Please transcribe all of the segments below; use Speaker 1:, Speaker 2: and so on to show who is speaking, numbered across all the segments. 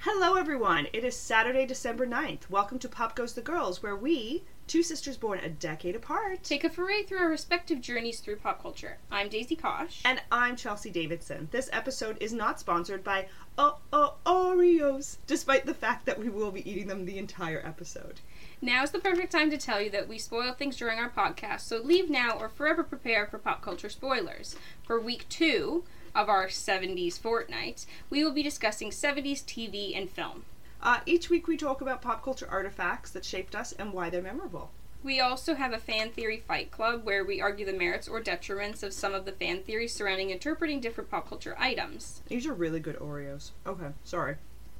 Speaker 1: Hello, everyone. It is Saturday, December 9th. Welcome to Pop Goes the Girls, where we, two sisters born a decade apart,
Speaker 2: Take a foray through our respective journeys through pop culture. I'm Daisy Kosh.
Speaker 1: and I'm Chelsea Davidson. This episode is not sponsored by Oh Oh Oreos, despite the fact that we will be eating them the entire episode.
Speaker 2: Now is the perfect time to tell you that we spoil things during our podcast, so leave now or forever prepare for pop culture spoilers. For week two of our 70s fortnight, we will be discussing 70s TV and film.
Speaker 1: Uh, each week, we talk about pop culture artifacts that shaped us and why they're memorable.
Speaker 2: We also have a fan theory fight club where we argue the merits or detriments of some of the fan theories surrounding interpreting different pop culture items.
Speaker 1: These are really good Oreos. Okay, sorry.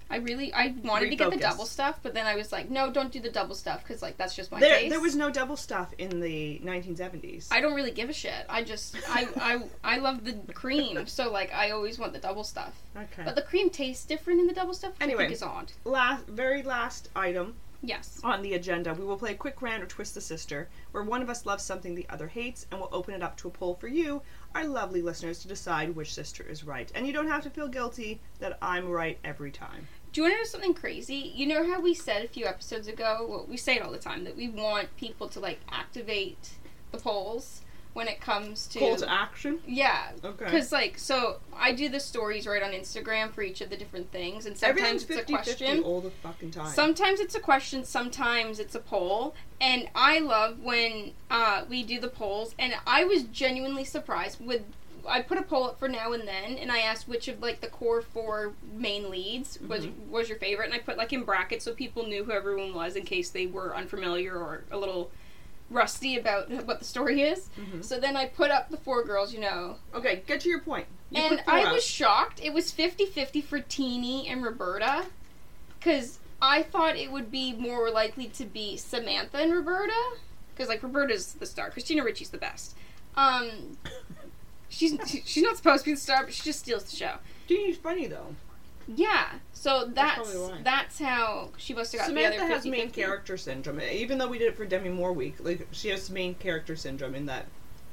Speaker 2: I really I wanted to get the
Speaker 1: Refocus.
Speaker 2: double stuff, but then I was like, no, don't do the double stuff because like that's just my
Speaker 1: There,
Speaker 2: taste.
Speaker 1: there was no double stuff in the 1970s.
Speaker 2: I don't really give a shit. I just I I I love the cream, so like I always want the double stuff.
Speaker 1: okay.
Speaker 2: But the cream tastes different in the double stuff, which I
Speaker 1: Anyway.
Speaker 2: think is odd.
Speaker 1: Last, very last item
Speaker 2: Yes.
Speaker 1: on the agenda, we will play a quick round or twist the sister, where one of us loves something the other hates, and we'll open it up to a poll for you, our lovely listeners, to decide which sister is right. And you don't have to feel guilty that I'm right every time.
Speaker 2: Do you want to know something crazy? You know how we said a few episodes ago, well, we say it all the time that we want people to like activate the polls when it comes to
Speaker 1: Call to action.
Speaker 2: yeah,
Speaker 1: Okay.
Speaker 2: because like so I do the stories right on Instagram for each of the different things, and
Speaker 1: Everything's
Speaker 2: sometimes it's
Speaker 1: 50 50
Speaker 2: a question.
Speaker 1: all the fucking time.
Speaker 2: Sometimes it's a question, sometimes it's a poll, and I love when uh, we do the polls. And I was genuinely surprised with I put a poll up for now and then, and I asked which of like the core four main leads was was your favorite, and I put like in brackets so people knew who everyone was in case they were unfamiliar or a little rusty about what the story is.
Speaker 1: Mhm.
Speaker 2: So then I put up the four girls, you know,
Speaker 1: Okay, get to your point. You
Speaker 2: and
Speaker 1: put four
Speaker 2: I
Speaker 1: out.
Speaker 2: was shocked. It was 50 50 for Teeny and Roberta. Because I thought it would be more likely to be Samantha and Roberta. Because, like, Roberta's the star. Christina Ricci's the best. Um, she's, she's not supposed to be the star, but she just steals the show.
Speaker 1: Deeney's funny though.
Speaker 2: Yeah. So that's
Speaker 1: probably why.
Speaker 2: that's how she must have got the
Speaker 1: Samantha
Speaker 2: other
Speaker 1: has main
Speaker 2: 50-50.
Speaker 1: character syndrome. Even though we did it for Demi Moore week, like she has main character syndrome in that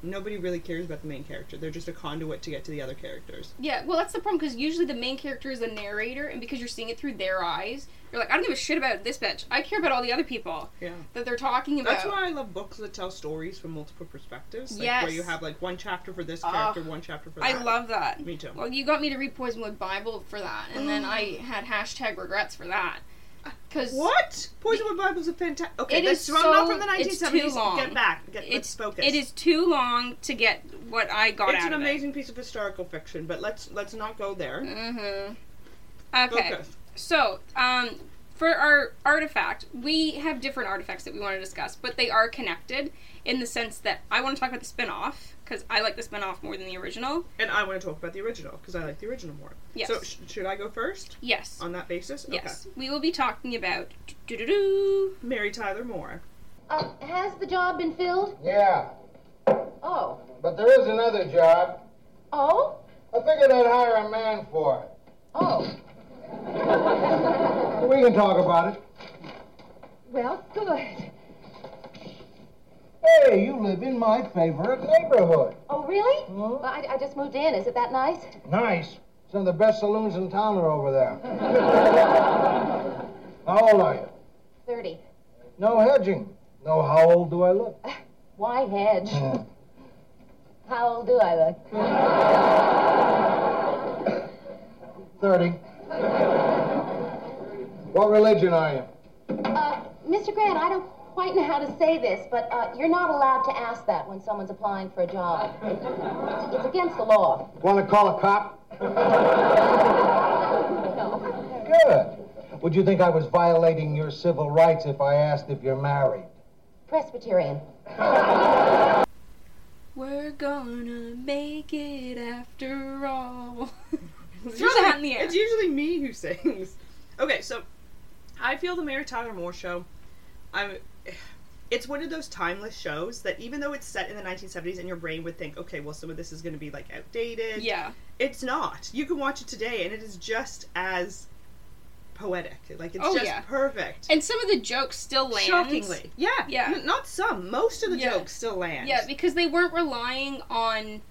Speaker 1: nobody really cares about the main character. They're just a conduit to get to the other characters.
Speaker 2: Yeah, well, that's the problem because usually the main character is a narrator, and because you're seeing it through their eyes, you're like, I don't give a shit about this bitch. I care about all the other people
Speaker 1: Yeah.
Speaker 2: that they're talking about.
Speaker 1: That's why I love books that tell stories from multiple perspectives. Like
Speaker 2: Yes.
Speaker 1: where you have like one chapter for this
Speaker 2: Ah,
Speaker 1: character, one chapter for that.
Speaker 2: I love that.
Speaker 1: Me too.
Speaker 2: Well, you got me to read Poisonwood Bible for that, and then I
Speaker 1: Mm.
Speaker 2: had hashtag regrets for that. Because
Speaker 1: Uh, What? Poisonwood Bible is a fantastic. Okay,
Speaker 2: It
Speaker 1: that's
Speaker 2: is
Speaker 1: wrong,
Speaker 2: so-
Speaker 1: not from the 1970s.
Speaker 2: it's too long.
Speaker 1: Get back. Get,
Speaker 2: it's
Speaker 1: let's focus.
Speaker 2: it is too long to get what I got
Speaker 1: It's
Speaker 2: out
Speaker 1: an
Speaker 2: of
Speaker 1: amazing piece of historical fiction, but let's let's not go there.
Speaker 2: it. Mm-hmm. Okay.
Speaker 1: Focus.
Speaker 2: So, um, for our artifact, we have different artifacts that we want to discuss, but they are connected in the sense that I want to talk about the spin-off because I like the spin-off more than the original.
Speaker 1: And I want to talk about the original because I like the original more.
Speaker 2: Yes.
Speaker 1: So sh- should I go first
Speaker 2: yes.
Speaker 1: on that basis?
Speaker 2: Yes. We will be talking about doo-doo-doo.
Speaker 1: Okay. Mary Tyler Moore.
Speaker 3: Uh, has the job been filled?
Speaker 4: Yeah,
Speaker 3: Oh.
Speaker 4: but there is another job.
Speaker 3: Oh?
Speaker 4: I figured I'd hire a man for it.
Speaker 3: Oh.
Speaker 4: We can talk about it.
Speaker 3: Well, good.
Speaker 4: Hey, you live in my favorite neighborhood.
Speaker 3: Oh, really?
Speaker 4: Huh?
Speaker 3: Well, I, I just moved in. Is it that nice?
Speaker 4: Nice. Some of the best saloons in town are over there. How old are you?
Speaker 3: 30.
Speaker 4: No hedging. No, how old do I look?
Speaker 3: Why hedge?
Speaker 4: Hmm.
Speaker 3: How old do I look?
Speaker 4: 30. What religion are you?
Speaker 3: Uh, Mr. Grant, I don't quite know how to say this, but uh, you're not allowed to ask that when someone's applying for a job. It's, it's against the law.
Speaker 4: Want to call a cop?
Speaker 3: No.
Speaker 4: Good. Would you think I was violating your civil rights if I asked if you're married?
Speaker 3: Presbyterian.
Speaker 2: We're gonna make it after all. Throw the hat in the air.
Speaker 1: It's usually me who sings. Okay, so I feel the Mary Tyler Moore show. I'm. It's one of those timeless shows that even though it's set in the 1970s, and your brain would think, okay, well, some of this is going to be like outdated.
Speaker 2: Yeah.
Speaker 1: It's not. You can watch it today, and it is just as poetic. Like it's
Speaker 2: Oh,
Speaker 1: just
Speaker 2: yeah.
Speaker 1: perfect.
Speaker 2: And some of the jokes still land.
Speaker 1: Shockingly, yeah,
Speaker 2: Yeah.
Speaker 1: N- not some. Most of the
Speaker 2: Yeah.
Speaker 1: jokes still land.
Speaker 2: Yeah, because they weren't relying on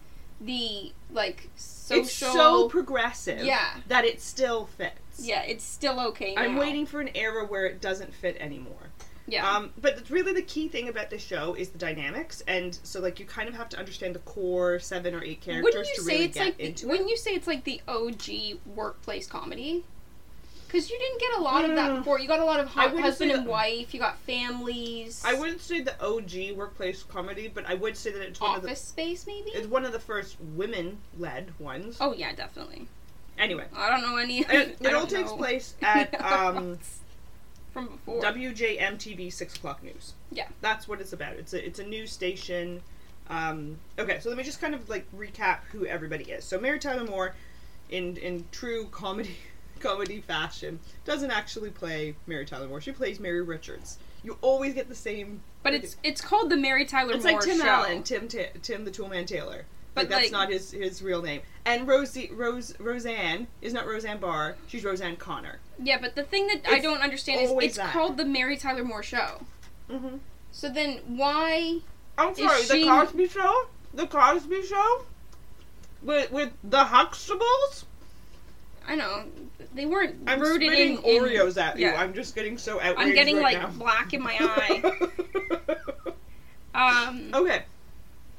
Speaker 2: the like social
Speaker 1: it's so progressive.
Speaker 2: Yeah.
Speaker 1: that it still fits. fits.
Speaker 2: Yeah, it's still okay.
Speaker 1: I'm
Speaker 2: now.
Speaker 1: waiting for an era where it doesn't fit anymore.
Speaker 2: Yeah.
Speaker 1: Um, but it's really the key thing about this show is the dynamics, and so like you kind of have to understand the core seven or eight characters
Speaker 2: wouldn't you
Speaker 1: to
Speaker 2: say
Speaker 1: really
Speaker 2: it's
Speaker 1: get
Speaker 2: like the,
Speaker 1: into it.
Speaker 2: wouldn't you say it's like the OG workplace comedy? Because you didn't get a lot of that
Speaker 1: Mm.
Speaker 2: before. You got a lot of
Speaker 1: I
Speaker 2: hu-
Speaker 1: wouldn't
Speaker 2: husband
Speaker 1: say
Speaker 2: and
Speaker 1: that-
Speaker 2: wife. You got families.
Speaker 1: I wouldn't say the OG workplace comedy, but I would say that it's one of the
Speaker 2: Office Space maybe.
Speaker 1: it's one of the first women-led ones.
Speaker 2: oh yeah, definitely.
Speaker 1: Anyway,
Speaker 2: I don't know any. I
Speaker 1: it, it all
Speaker 2: don't
Speaker 1: takes
Speaker 2: know.
Speaker 1: place at um,
Speaker 2: from before.
Speaker 1: WJM TV six o'clock news.
Speaker 2: Yeah.
Speaker 1: that's what it's about. It's a it's a news station. Um, okay, so let me just kind of like recap who everybody is. So Mary Tyler Moore, in in true comedy comedy fashion, doesn't actually play Mary Tyler Moore. She plays Mary Richards. You always get the same.
Speaker 2: but it's it's called the Mary Tyler
Speaker 1: It's
Speaker 2: Moore
Speaker 1: like Tim
Speaker 2: Show.
Speaker 1: Allen, Tim Ta- Tim the Toolman Taylor.
Speaker 2: But,
Speaker 1: But that's
Speaker 2: like-
Speaker 1: not his his real name. And Rosie Rose Roseanne is not Roseanne Barr. She's Roseanne Connor.
Speaker 2: Yeah, but the thing that I
Speaker 1: It's
Speaker 2: don't understand is
Speaker 1: always
Speaker 2: it's
Speaker 1: that.
Speaker 2: called the Mary Tyler Moore Show.
Speaker 1: Mm-hmm.
Speaker 2: So then why?
Speaker 1: I'm sorry,
Speaker 2: she-
Speaker 1: the Cosby Show, the Cosby Show, with with the Huxtables.
Speaker 2: I know they weren't
Speaker 1: I'm
Speaker 2: rooted
Speaker 1: spitting
Speaker 2: in, in-
Speaker 1: Oreos at you.
Speaker 2: yeah.
Speaker 1: I'm just getting so outraged.
Speaker 2: I'm getting
Speaker 1: right
Speaker 2: like
Speaker 1: now.
Speaker 2: black in my eye. Um,
Speaker 1: okay,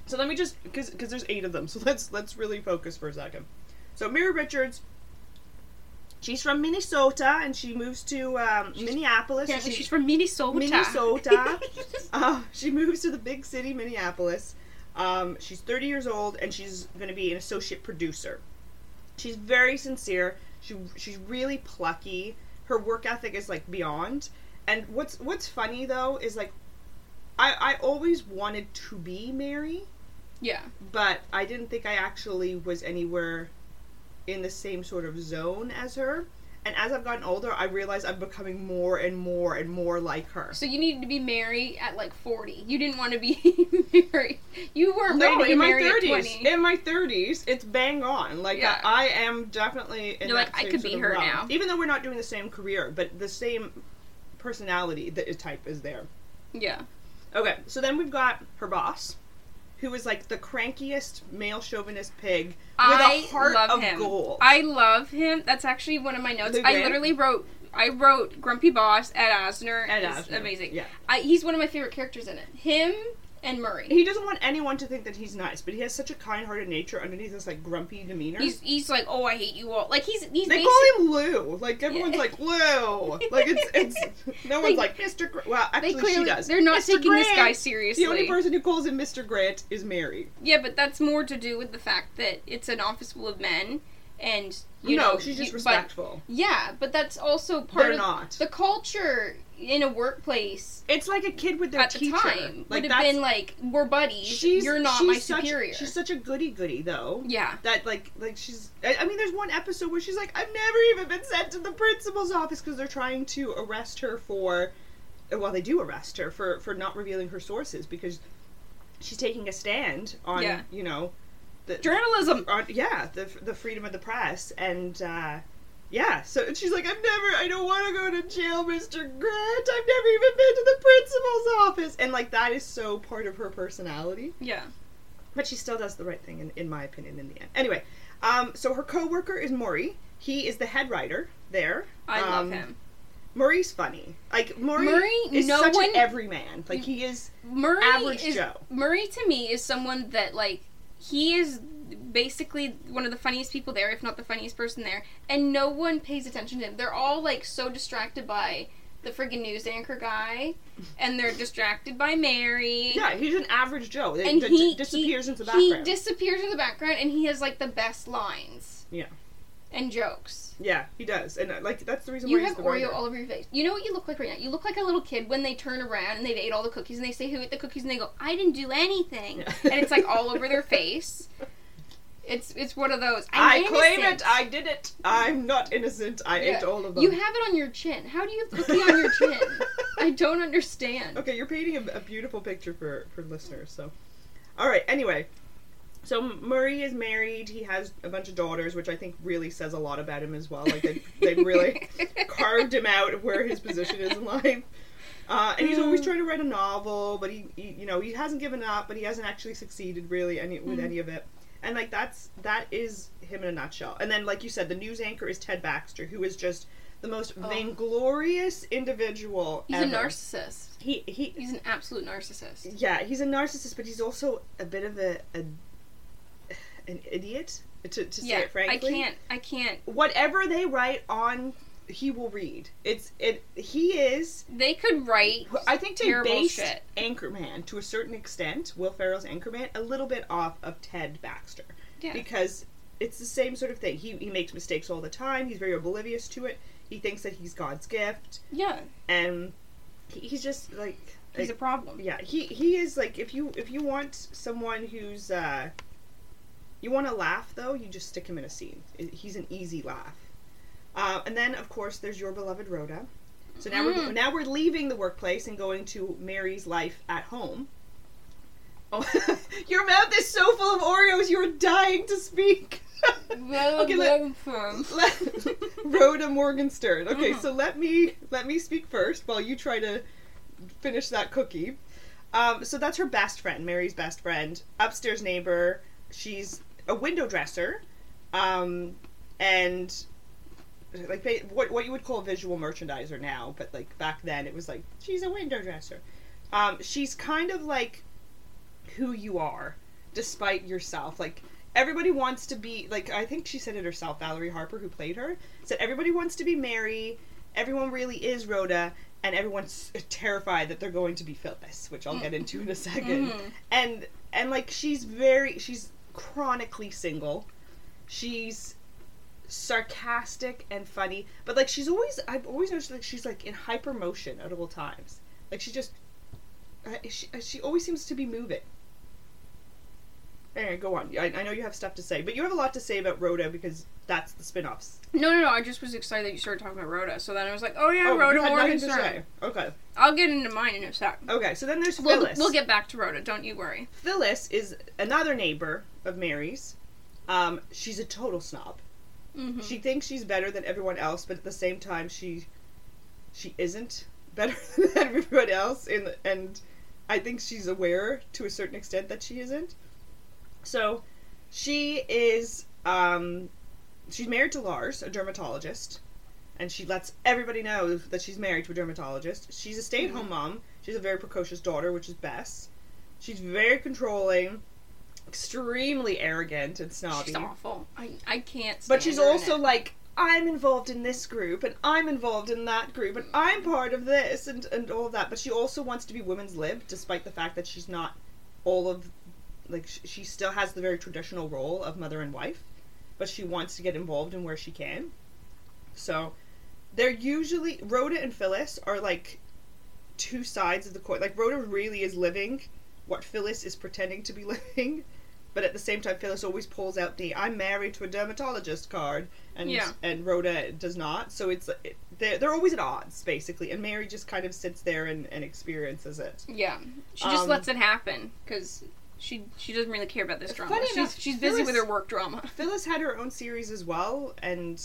Speaker 1: so let me just because because there's eight of them. So let's let's really focus for a second. So Mira Richards. She's from Minnesota and she moves to um, Minneapolis.
Speaker 2: apparently
Speaker 1: She-
Speaker 2: she's from Minnesota.
Speaker 1: Minnesota. Uh, she moves to the big city, Minneapolis. Um, she's 30 years old, and she's going to be an associate producer. She's very sincere. She she's really plucky. Her work ethic is like beyond. And what's what's funny though is like, I I always wanted to be Mary,
Speaker 2: yeah,
Speaker 1: but I didn't think I actually was anywhere in the same sort of zone as her. And as I've gotten older, I realize I'm becoming more and more and more like her.
Speaker 2: so you needed to be married at like 40. You didn't want to be married. You weren't
Speaker 1: No,
Speaker 2: ready to be
Speaker 1: in my
Speaker 2: married at
Speaker 1: thirties.
Speaker 2: 20.
Speaker 1: In my thirties, it's bang on. Like
Speaker 2: Yeah.
Speaker 1: I am definitely. In
Speaker 2: You're
Speaker 1: that
Speaker 2: like, I
Speaker 1: same
Speaker 2: could
Speaker 1: sort
Speaker 2: be
Speaker 1: of
Speaker 2: her
Speaker 1: realm.
Speaker 2: now.
Speaker 1: Even though we're not doing the same career, but the same personality that type is there.
Speaker 2: Yeah,
Speaker 1: Okay, so then we've got her boss, who is like the crankiest male chauvinist pig with
Speaker 2: I
Speaker 1: a heart
Speaker 2: love
Speaker 1: of
Speaker 2: him.
Speaker 1: gold.
Speaker 2: I love him. That's actually one of my notes.
Speaker 1: Lou
Speaker 2: I
Speaker 1: Grant?
Speaker 2: literally wrote. I wrote Grumpy Boss Ed Asner.
Speaker 1: Ed
Speaker 2: It's
Speaker 1: Asner,
Speaker 2: amazing.
Speaker 1: yeah.
Speaker 2: I, he's one of my favorite characters in it. Him and Murray.
Speaker 1: he doesn't want anyone to think that he's nice, but he has such a kind-hearted nature underneath this like grumpy demeanor.
Speaker 2: He's he's like, oh, I hate you all. Like he's he's
Speaker 1: they
Speaker 2: basic-
Speaker 1: call him Lou. Like everyone's
Speaker 2: Yeah.
Speaker 1: like Lou. Like it's it's no one's like Mr. Gr- well,
Speaker 2: they
Speaker 1: actually
Speaker 2: clearly
Speaker 1: she does.
Speaker 2: they're not
Speaker 1: Mr.
Speaker 2: taking this
Speaker 1: Grant.
Speaker 2: guy seriously.
Speaker 1: The only person who calls him Mr. Grant is Mary.
Speaker 2: yeah, but that's more to do with the fact that it's an office full of men, and you
Speaker 1: no,
Speaker 2: know
Speaker 1: she's
Speaker 2: you-
Speaker 1: just
Speaker 2: but-
Speaker 1: respectful.
Speaker 2: yeah, but that's also part
Speaker 1: They're
Speaker 2: of
Speaker 1: not.
Speaker 2: the culture in a workplace
Speaker 1: it's like a kid with their
Speaker 2: at
Speaker 1: teacher.
Speaker 2: the time
Speaker 1: like
Speaker 2: would have
Speaker 1: that's
Speaker 2: been like, we're buddies.
Speaker 1: she's
Speaker 2: You're not
Speaker 1: she's
Speaker 2: my
Speaker 1: such-
Speaker 2: superior.
Speaker 1: She's such a goody goody though.
Speaker 2: yeah,
Speaker 1: That like like she's I, I mean there's one episode where she's like I've never even been sent to the principal's office because they're trying to arrest her for well they do arrest her for for not revealing her sources because she's taking a stand on
Speaker 2: Yeah.
Speaker 1: you know the
Speaker 2: journalism.
Speaker 1: on yeah the the freedom of the press and uh yeah so and she's like i've never i don't want to go to jail mr grant i've never even been to the principal's office and like that is so part of her personality
Speaker 2: Yeah,
Speaker 1: but she still does the right thing in, in my opinion in the end anyway um so her coworker is maury he is the head writer there
Speaker 2: I love
Speaker 1: Um,
Speaker 2: him.
Speaker 1: maury's funny like maury,
Speaker 2: Maury,
Speaker 1: is
Speaker 2: no
Speaker 1: such
Speaker 2: one-
Speaker 1: an everyman like he is
Speaker 2: Murray
Speaker 1: average
Speaker 2: is
Speaker 1: Joe.
Speaker 2: Murray to me is someone that like he is basically one of the funniest people there, if not the funniest person there, and no one pays attention to him. They're all like so distracted by the friggin' news anchor guy, and they're distracted by Mary.
Speaker 1: yeah he's an average joe
Speaker 2: And
Speaker 1: that
Speaker 2: he
Speaker 1: disappears
Speaker 2: he,
Speaker 1: into the background
Speaker 2: He disappears into the background, and he has like the best lines.
Speaker 1: Yeah.
Speaker 2: And jokes.
Speaker 1: yeah he does and uh, like that's the reason
Speaker 2: You
Speaker 1: why
Speaker 2: have
Speaker 1: he's the
Speaker 2: Oreo
Speaker 1: writer.
Speaker 2: all over your face. You know what you look like right now? You look like a little kid when they turn around and they've ate all the cookies and they say, Who ate the cookies? And they go, I didn't do anything.
Speaker 1: Yeah.
Speaker 2: And it's like all over their face. It's it's one of those.
Speaker 1: I
Speaker 2: I'm
Speaker 1: claim
Speaker 2: innocent."
Speaker 1: it. I did it. I'm not innocent. I
Speaker 2: Yeah.
Speaker 1: ate all of them.
Speaker 2: You have it on your chin. How do you have cookie on your chin? I don't understand.
Speaker 1: okay, you're painting a, a beautiful picture for for listeners. So, all right. Anyway, so Murray is married. He has a bunch of daughters, which I think really says a lot about him as well. Like they they really carved him out of where his position is in life. Uh, and he's always
Speaker 2: Mm.
Speaker 1: trying to write
Speaker 2: Mm.
Speaker 1: a novel, but he, he, you know, he hasn't given up, but he hasn't actually succeeded really any with any of it. And like that's that is him in a nutshell. And then like you said, the news anchor is Ted Baxter, who is just the most vainglorious individual.
Speaker 2: Oh. He's
Speaker 1: ever.
Speaker 2: a narcissist.
Speaker 1: He he
Speaker 2: He's an absolute narcissist.
Speaker 1: yeah, he's a narcissist, but he's also a bit of a, a an idiot. To, to
Speaker 2: yeah,
Speaker 1: say it frankly,
Speaker 2: I can't. I can't.
Speaker 1: Whatever they write on, he will read. It's it. He is.
Speaker 2: They could write.
Speaker 1: I think they
Speaker 2: Terrible
Speaker 1: based
Speaker 2: shit.
Speaker 1: Anchorman to a certain extent, Will Ferrell's Anchorman, a little bit off of Ted Baxter
Speaker 2: Yeah.
Speaker 1: because it's the same sort of thing. He he makes mistakes all the time. He's very oblivious to it. He thinks that he's God's gift,
Speaker 2: yeah.
Speaker 1: and he, he's just like
Speaker 2: He's a
Speaker 1: like-
Speaker 2: problem.
Speaker 1: yeah he he is like if you if you want someone who's uh you want to laugh though you just stick him in a scene I- he's an easy laugh uh, and then of course there's your beloved rhoda so now we're
Speaker 2: Mm.
Speaker 1: now we're leaving the workplace and going to mary's life at home oh your mouth is so full of oreos you're dying to speak okay, let,
Speaker 2: from.
Speaker 1: hmm. let, Rhoda Morgenstern. Okay, so let me let me speak first while you try to finish that cookie. Um, so that's her best friend, Mary's best friend, upstairs neighbor. She's a window dresser, um, and like ba- what what you would call a visual merchandiser now, but like back then it was like she's a window dresser. Um, she's kind of like who you are, despite yourself. Like everybody wants to be like I think she said it herself. Valerie Harper, who played her, said everybody wants to be Mary. Everyone really is Rhoda, and everyone's terrified that they're going to be Phyllis, which I'll get into in a 2nd
Speaker 2: Mhm.
Speaker 1: And and like she's very she's chronically single. She's sarcastic and funny, but like she's always I've always noticed like she's like in hyper motion at all times. Like she just uh, she, uh, she always seems to be moving. Anyway, go on. I, I know you have stuff to say, but you have a lot to say about Rhoda because that's the spin-offs.
Speaker 2: No, no, no. I just was excited that you started talking about Rhoda. So then I was like, oh yeah,
Speaker 1: you
Speaker 2: Rhoda
Speaker 1: had nothing to
Speaker 2: Morgenstern.
Speaker 1: say. Okay.
Speaker 2: I'll get into mine in a sec.
Speaker 1: Okay. So then there's
Speaker 2: We'll,
Speaker 1: Phyllis.
Speaker 2: we'll get back to Rhoda. Don't you worry.
Speaker 1: Phyllis is another neighbor of Mary's. Um, she's a total snob.
Speaker 2: hmm
Speaker 1: She thinks she's better than everyone else, but at the same time, she she isn't better than everyone else. And and I think she's aware to a certain extent that she isn't. So she is um, she's married to Lars, a dermatologist, and she lets everybody know that she's married to a dermatologist. She's a stay-at-home mom. She's a very precocious daughter, which is Bess. She's very controlling, extremely arrogant and snobby.
Speaker 2: She's awful. I, I can't. Stand
Speaker 1: But she's
Speaker 2: her in
Speaker 1: also
Speaker 2: it.
Speaker 1: like, I'm involved in this group, and I'm involved in that group, and I'm part of this, and, and all of that. But she also wants to be women's lib, despite the fact that she's not all of, like, sh- she still has the very traditional role of mother and wife, but she wants to get involved in where she can. So they're usually, Rhoda and Phyllis are like two sides of the coin. Like, Rhoda really is living what Phyllis is pretending to be living but at the same time Phyllis always pulls out the I'm married to a dermatologist card and
Speaker 2: Yeah.
Speaker 1: and Rhoda does not so it's it, they're, they're always at odds basically and Mary just kind of sits there and, and experiences it
Speaker 2: Yeah, she just
Speaker 1: Um,
Speaker 2: lets it happen because she she doesn't really care about this drama.
Speaker 1: funny
Speaker 2: she's
Speaker 1: enough,
Speaker 2: she's busy with
Speaker 1: Phyllis-
Speaker 2: her work drama.
Speaker 1: Phyllis had her own series as well and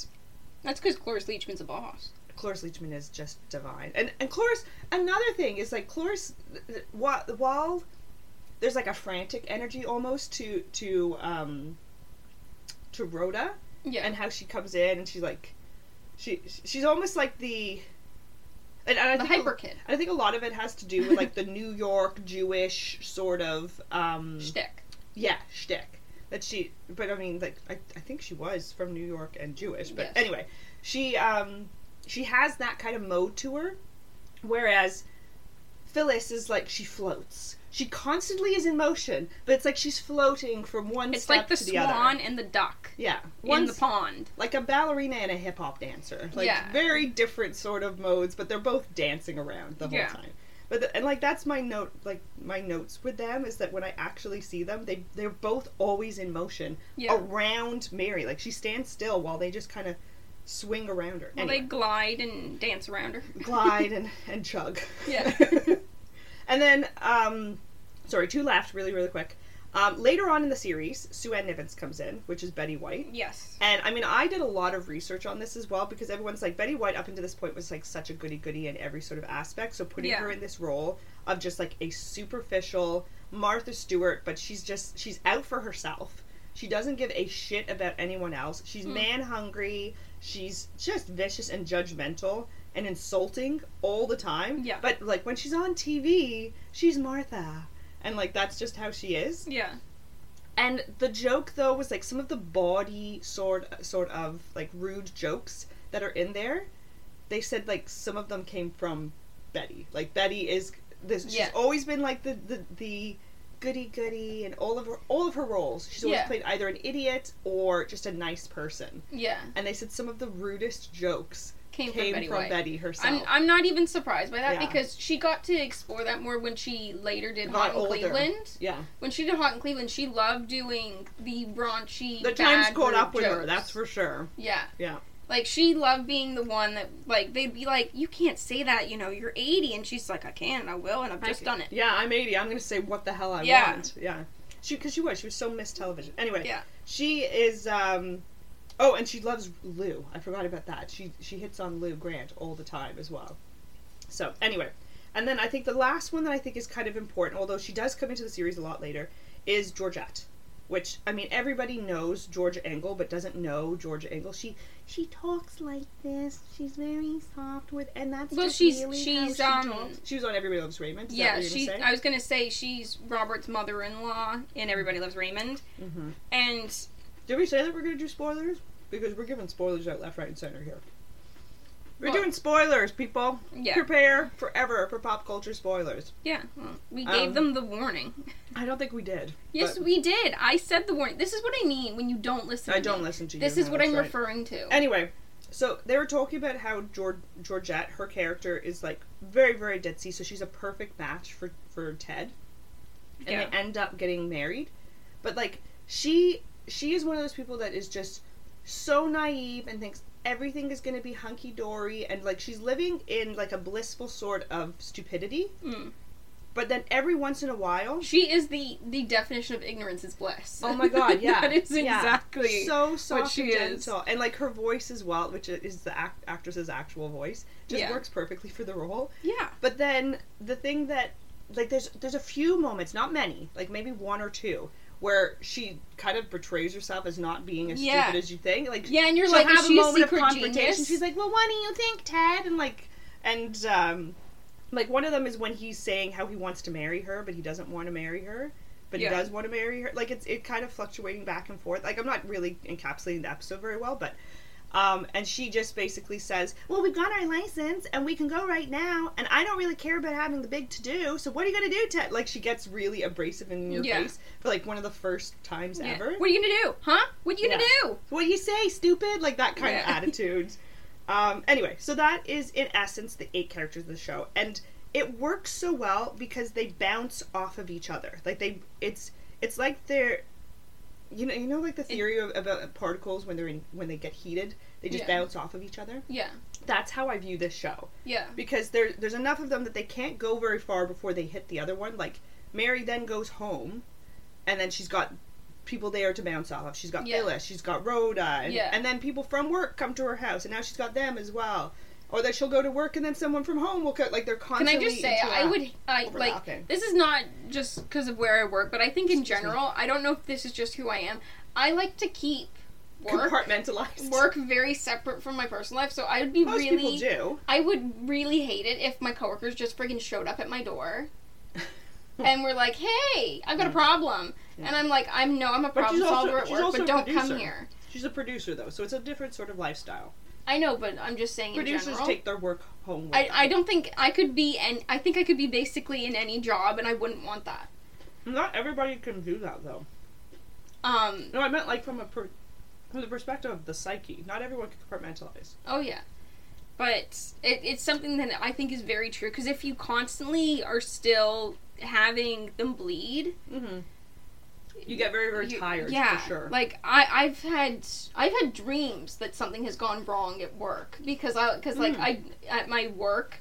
Speaker 2: That's because Cloris Leachman's a boss.
Speaker 1: Cloris Leachman is just divine and and Cloris another thing is like Cloris while, while there's like a frantic energy almost to to um to Rhoda
Speaker 2: Yeah,
Speaker 1: and how she comes in and she's like she she's almost like the and, and I
Speaker 2: the
Speaker 1: think
Speaker 2: hyper kid
Speaker 1: I think a lot of it has to do with like the New York Jewish sort of um
Speaker 2: shtick.
Speaker 1: yeah shtick that she but I mean like I, I think she was from New York and Jewish but
Speaker 2: Yes.
Speaker 1: anyway she um she has that kind of mode to her whereas Phyllis is like she floats she constantly is in motion but it's like she's floating from one
Speaker 2: It's
Speaker 1: step
Speaker 2: like the
Speaker 1: to the
Speaker 2: swan
Speaker 1: other
Speaker 2: and the duck
Speaker 1: yeah
Speaker 2: in the pond.
Speaker 1: like a ballerina and a hip hop dancer. Like
Speaker 2: Yeah.
Speaker 1: very different sort of modes, but they're both dancing around the whole
Speaker 2: Yeah.
Speaker 1: time. But the, and like that's my note, like my notes with them is that when I actually see them, they they're both always in motion
Speaker 2: Yeah,
Speaker 1: around Mary. Like she stands still while they just kind of swing around her.
Speaker 2: well, they
Speaker 1: Anyway,
Speaker 2: glide and dance around her.
Speaker 1: glide and and chug.
Speaker 2: Yeah.
Speaker 1: and then um, sorry, two left, really really quick. Um, later on in the series, Sue Ann Nivens comes in, which is Betty White.
Speaker 2: yes.
Speaker 1: And I mean, I did a lot of research on this as well because everyone's like Betty White up until this point was like such a goody goody in every sort of aspect. So putting
Speaker 2: Yeah.
Speaker 1: her in this role of just like a superficial Martha Stewart, but she's just she's out for herself. She doesn't give a shit about anyone else. She's
Speaker 2: Hmm.
Speaker 1: man hungry. She's just vicious and judgmental and insulting all the time.
Speaker 2: Yeah.
Speaker 1: But like when she's on TV, she's Martha. And like that's just how she is.
Speaker 2: Yeah.
Speaker 1: And the joke though was like some of the bawdy sort sort of like rude jokes that are in there. They said like some of them came from Betty. Like Betty is this.
Speaker 2: Yeah.
Speaker 1: She's always been like the the the goody goody and all of her all of her roles. She's always
Speaker 2: Yeah.
Speaker 1: played either an idiot or just a nice person.
Speaker 2: Yeah.
Speaker 1: And they said some of the rudest jokes
Speaker 2: Came,
Speaker 1: came,
Speaker 2: from Betty
Speaker 1: from
Speaker 2: White.
Speaker 1: Betty herself.
Speaker 2: I'm, I'm not even surprised by that
Speaker 1: Yeah.
Speaker 2: because she got to explore that more when she later did
Speaker 1: Got
Speaker 2: Hot in
Speaker 1: older.
Speaker 2: Cleveland.
Speaker 1: yeah,
Speaker 2: When she did Hot in Cleveland, she loved doing the raunchy.
Speaker 1: the times
Speaker 2: bad
Speaker 1: caught
Speaker 2: word
Speaker 1: up with her.
Speaker 2: jokes.
Speaker 1: That's for sure.
Speaker 2: yeah.
Speaker 1: Yeah.
Speaker 2: Like she loved being the one that like they'd be like, you can't say that, you know, you're 80, and she's like, I can, and I will, and I've just done it.
Speaker 1: Yeah, I'm 80. I'm gonna say what the hell I
Speaker 2: Yeah.
Speaker 1: want. Yeah, she because she was she was so miss television. Anyway,
Speaker 2: Yeah.
Speaker 1: she is. um Oh, and she loves Lou. I forgot about that. She she hits on Lou Grant all the time as well. So anyway, and then I think the last one that I think is kind of important, although she does come into the series a lot later, is Georgette. Which I mean, everybody knows Georgia Engel, but doesn't know Georgia Engel. She she talks like this. She's very soft with, and that's
Speaker 2: Well,
Speaker 1: just
Speaker 2: she's-
Speaker 1: really
Speaker 2: she's,
Speaker 1: how she
Speaker 2: um,
Speaker 1: talks. She was on Everybody Loves Raymond. Is that
Speaker 2: Yeah,
Speaker 1: what you're gonna
Speaker 2: she.
Speaker 1: say?
Speaker 2: I was gonna say she's Robert's mother-in-law in Everybody Loves Raymond,
Speaker 1: Mm-hmm.
Speaker 2: and
Speaker 1: Did we say that we're going to do spoilers? Because we're giving spoilers out left, right, and center here. We're
Speaker 2: Well-
Speaker 1: doing spoilers, people.
Speaker 2: yeah,
Speaker 1: Prepare forever for pop culture spoilers.
Speaker 2: yeah. well, we gave
Speaker 1: Um,
Speaker 2: them the warning.
Speaker 1: I don't think we did.
Speaker 2: Yes,
Speaker 1: but-
Speaker 2: we did. I said the warning. This is what I mean when you don't listen.
Speaker 1: I
Speaker 2: to
Speaker 1: don't
Speaker 2: me.
Speaker 1: listen to you.
Speaker 2: This is
Speaker 1: no,
Speaker 2: what
Speaker 1: that's
Speaker 2: I'm
Speaker 1: right.
Speaker 2: referring to.
Speaker 1: Anyway, so they were talking about how Geor- Georgette, her character, is like very, very ditzy, so she's a perfect match for, for Ted. and
Speaker 2: yeah.
Speaker 1: they end up getting married. But like she she is one of those people that is just so naive and thinks everything is going to be hunky dory and like she's living in like a blissful sort of stupidity.
Speaker 2: Mm.
Speaker 1: But then every once in a while,
Speaker 2: She is the the definition of ignorance is bliss.
Speaker 1: Oh my God, yeah.
Speaker 2: that is
Speaker 1: Yeah.
Speaker 2: exactly.
Speaker 1: so soft
Speaker 2: she
Speaker 1: and
Speaker 2: is.
Speaker 1: gentle, and like her voice as well, which is the act- actress's actual voice, just
Speaker 2: Yeah.
Speaker 1: works perfectly for the role.
Speaker 2: yeah.
Speaker 1: But then the thing that like there's there's a few moments, not many, like maybe one or two, where she kind of betrays herself as not being as
Speaker 2: Yeah.
Speaker 1: stupid as you think. Like
Speaker 2: Yeah, and you're
Speaker 1: she'll
Speaker 2: like,
Speaker 1: have
Speaker 2: is
Speaker 1: a
Speaker 2: she a
Speaker 1: moment
Speaker 2: secret
Speaker 1: of confrontation.
Speaker 2: genius?
Speaker 1: She's like, Well, what do you think, Ted? And like and um like one of them is when he's saying how he wants to marry her, but he doesn't want to marry her. But
Speaker 2: Yeah.
Speaker 1: he does want to marry her. Like it's it kind of fluctuating back and forth. Like I'm not really encapsulating the episode very well, but um, and she just basically says, Well, we've got our license and we can go right now. And I don't really care about having the big to do. So what are you going to do, Ted? Like, she gets really abrasive in your
Speaker 2: Yeah.
Speaker 1: face for like one of the first times
Speaker 2: Yeah.
Speaker 1: ever.
Speaker 2: What are you gonna do? Huh? What are you gonna do?
Speaker 1: What do you say, stupid? Like, that kind
Speaker 2: Yeah.
Speaker 1: of attitude. Um, anyway, so that is in essence the eight characters of the show. And it works so well because they bounce off of each other. Like, they, it's, it's like they're, you know, you know, like the theory of, about particles when they're in, when they get heated, they just
Speaker 2: Yeah.
Speaker 1: bounce off of each other
Speaker 2: Yeah.
Speaker 1: that's how I view this show
Speaker 2: Yeah.
Speaker 1: because there there's enough of them that they can't go very far before they hit the other one. Like Mary then goes home, and then she's got people there to bounce off of. She's got
Speaker 2: Yeah.
Speaker 1: Phyllis, she's got Rhoda, and,
Speaker 2: Yeah.
Speaker 1: and then people from work come to her house, and now she's got them as well. Or that she'll go to work and then someone from home will co- like they're
Speaker 2: Can
Speaker 1: constantly.
Speaker 2: I just say I
Speaker 1: interact-
Speaker 2: would I
Speaker 1: overlapping.
Speaker 2: like this is not just because of where I work, but I think in
Speaker 1: Excuse me.
Speaker 2: general, I don't know if this is just who I am. I like to keep work
Speaker 1: compartmentalize
Speaker 2: work very separate from my personal life, so I would be
Speaker 1: Most
Speaker 2: really
Speaker 1: people do.
Speaker 2: I would really hate it if my coworkers just freaking showed up at my door and were like, "Hey, I've got a problem," and I'm like, "I'm no, I'm a
Speaker 1: But she's
Speaker 2: problem
Speaker 1: also-
Speaker 2: solver at
Speaker 1: she's
Speaker 2: work,
Speaker 1: also
Speaker 2: but
Speaker 1: a
Speaker 2: don't
Speaker 1: producer.
Speaker 2: come here."
Speaker 1: She's a producer though, so it's a different sort of lifestyle.
Speaker 2: I know, but I'm just saying
Speaker 1: Producers
Speaker 2: in general.
Speaker 1: take their work home. With
Speaker 2: I,
Speaker 1: them.
Speaker 2: I don't think I could be and I think I could be basically in any job and I wouldn't want that.
Speaker 1: Not everybody can do that though.
Speaker 2: Um
Speaker 1: No, I meant like from a per- from the perspective of the psyche. Not everyone can compartmentalize.
Speaker 2: oh yeah. But it, it's something that I think is very true because if you constantly are still having them bleed,
Speaker 1: Mm-hmm. You get very very
Speaker 2: you-
Speaker 1: tired. for sure.
Speaker 2: Like I, I've had I've had dreams that something has gone wrong at work because I because like
Speaker 1: Mm.
Speaker 2: I at my work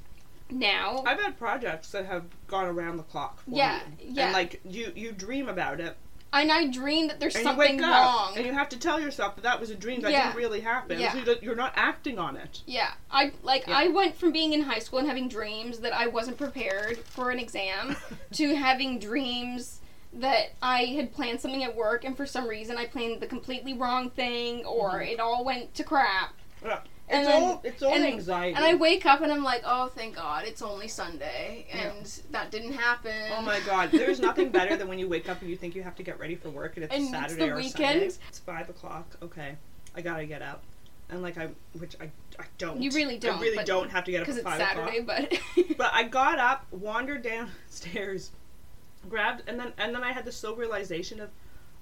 Speaker 2: now
Speaker 1: I've had projects that have gone around the clock. For
Speaker 2: Yeah,
Speaker 1: me.
Speaker 2: yeah.
Speaker 1: And like you you dream about it,
Speaker 2: and I dream that there's
Speaker 1: and
Speaker 2: something
Speaker 1: you wake up,
Speaker 2: wrong.
Speaker 1: and you have to tell yourself that that was a dream that
Speaker 2: Yeah.
Speaker 1: didn't really happen.
Speaker 2: Yeah.
Speaker 1: So you don't- you're not acting on it.
Speaker 2: Yeah, I like
Speaker 1: Yeah.
Speaker 2: I went from being in high school and having dreams that I wasn't prepared for an exam to having dreams that I had planned something at work and for some reason I planned the completely wrong thing or
Speaker 1: Mm-hmm.
Speaker 2: it all went to crap.
Speaker 1: Yeah.
Speaker 2: And
Speaker 1: It's
Speaker 2: then-
Speaker 1: all it's all
Speaker 2: and-
Speaker 1: anxiety.
Speaker 2: And I wake up and I'm like, oh, thank God, it's only Sunday. And that didn't happen.
Speaker 1: Oh my god, there's nothing better than when you wake up and you think you have to get ready for work and it's
Speaker 2: And it's
Speaker 1: Saturday
Speaker 2: the
Speaker 1: or
Speaker 2: weekend.
Speaker 1: Sunday. It's five o'clock. Okay, I gotta get up, and like I, which I, I don't.
Speaker 2: You really don't,
Speaker 1: I really
Speaker 2: but-
Speaker 1: don't have to get up
Speaker 2: Because
Speaker 1: at
Speaker 2: it's
Speaker 1: five
Speaker 2: Saturday,
Speaker 1: o'clock.
Speaker 2: but.
Speaker 1: But I got up, wandered downstairs, grabbed, and then and then I had this sober realization of,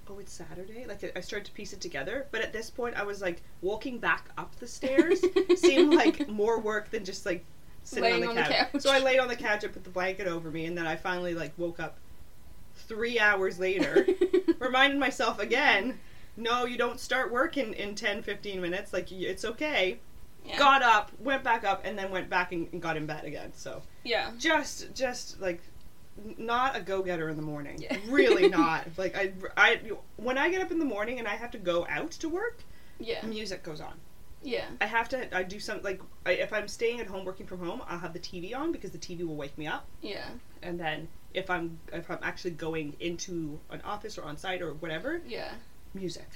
Speaker 1: oh, it's Saturday. Like I- I started to piece it together. But at this point, I was like walking back up the stairs seemed like more work than just like sitting
Speaker 2: Laying
Speaker 1: on, the, couch. So I laid on the couch. I put the blanket over me, and then I finally like woke up three hours later, reminded myself again. No, you don't start work in, in 10, 15 minutes. Like, y- it's okay.
Speaker 2: Yeah.
Speaker 1: Got up, went back up, and then went back and, and got in bed again. So,
Speaker 2: Yeah.
Speaker 1: just just like n- not a go-getter in the morning
Speaker 2: Yeah.
Speaker 1: really not like I, I when i get up in the morning and i have to go out to work
Speaker 2: Yeah.
Speaker 1: music goes on
Speaker 2: Yeah.
Speaker 1: i have to i do some like I, if i'm staying at home working from home i'll have the tv on because the tv will wake me up
Speaker 2: Yeah.
Speaker 1: and then if i'm if i'm actually going into an office or on site or whatever
Speaker 2: Yeah.
Speaker 1: music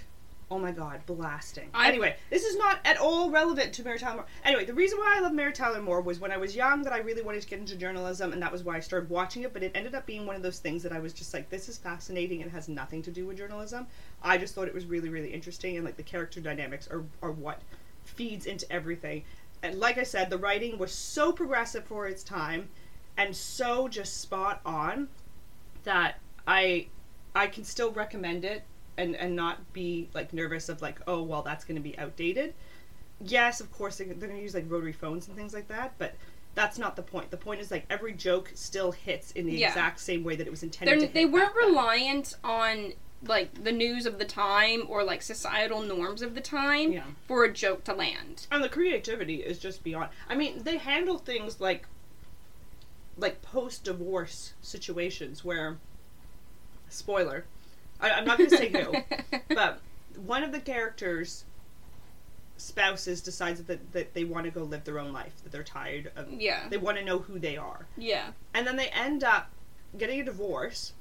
Speaker 1: oh my god blasting
Speaker 2: I-
Speaker 1: anyway this is not at all relevant to mary tyler moore anyway the reason why i love mary tyler moore was when i was young that i really wanted to get into journalism and that was why i started watching it but it ended up being one of those things that i was just like this is fascinating and has nothing to do with journalism i just thought it was really really interesting and like the character dynamics are, are what feeds into everything and like i said the writing was so progressive for its time and so just spot on that I I can still recommend it and and not be like nervous of like oh well that's going to be outdated. Yes, of course they're, they're going to use like rotary phones and things like that, but that's not the point. The point is like every joke still hits in the
Speaker 2: Yeah.
Speaker 1: exact same way that it was
Speaker 2: They're,
Speaker 1: intended.
Speaker 2: they
Speaker 1: to
Speaker 2: they
Speaker 1: hit
Speaker 2: were not
Speaker 1: back then.
Speaker 2: reliant on like the news of the time or like societal norms of the time
Speaker 1: Yeah.
Speaker 2: for a joke to land.
Speaker 1: and the creativity is just beyond i mean they handle things like like post-divorce situations where spoiler I, i'm not going to say who but one of the characters spouses decides that, that they want to go live their own life that they're tired of
Speaker 2: yeah.
Speaker 1: they want to know who they are
Speaker 2: Yeah.
Speaker 1: and then they end up getting a divorce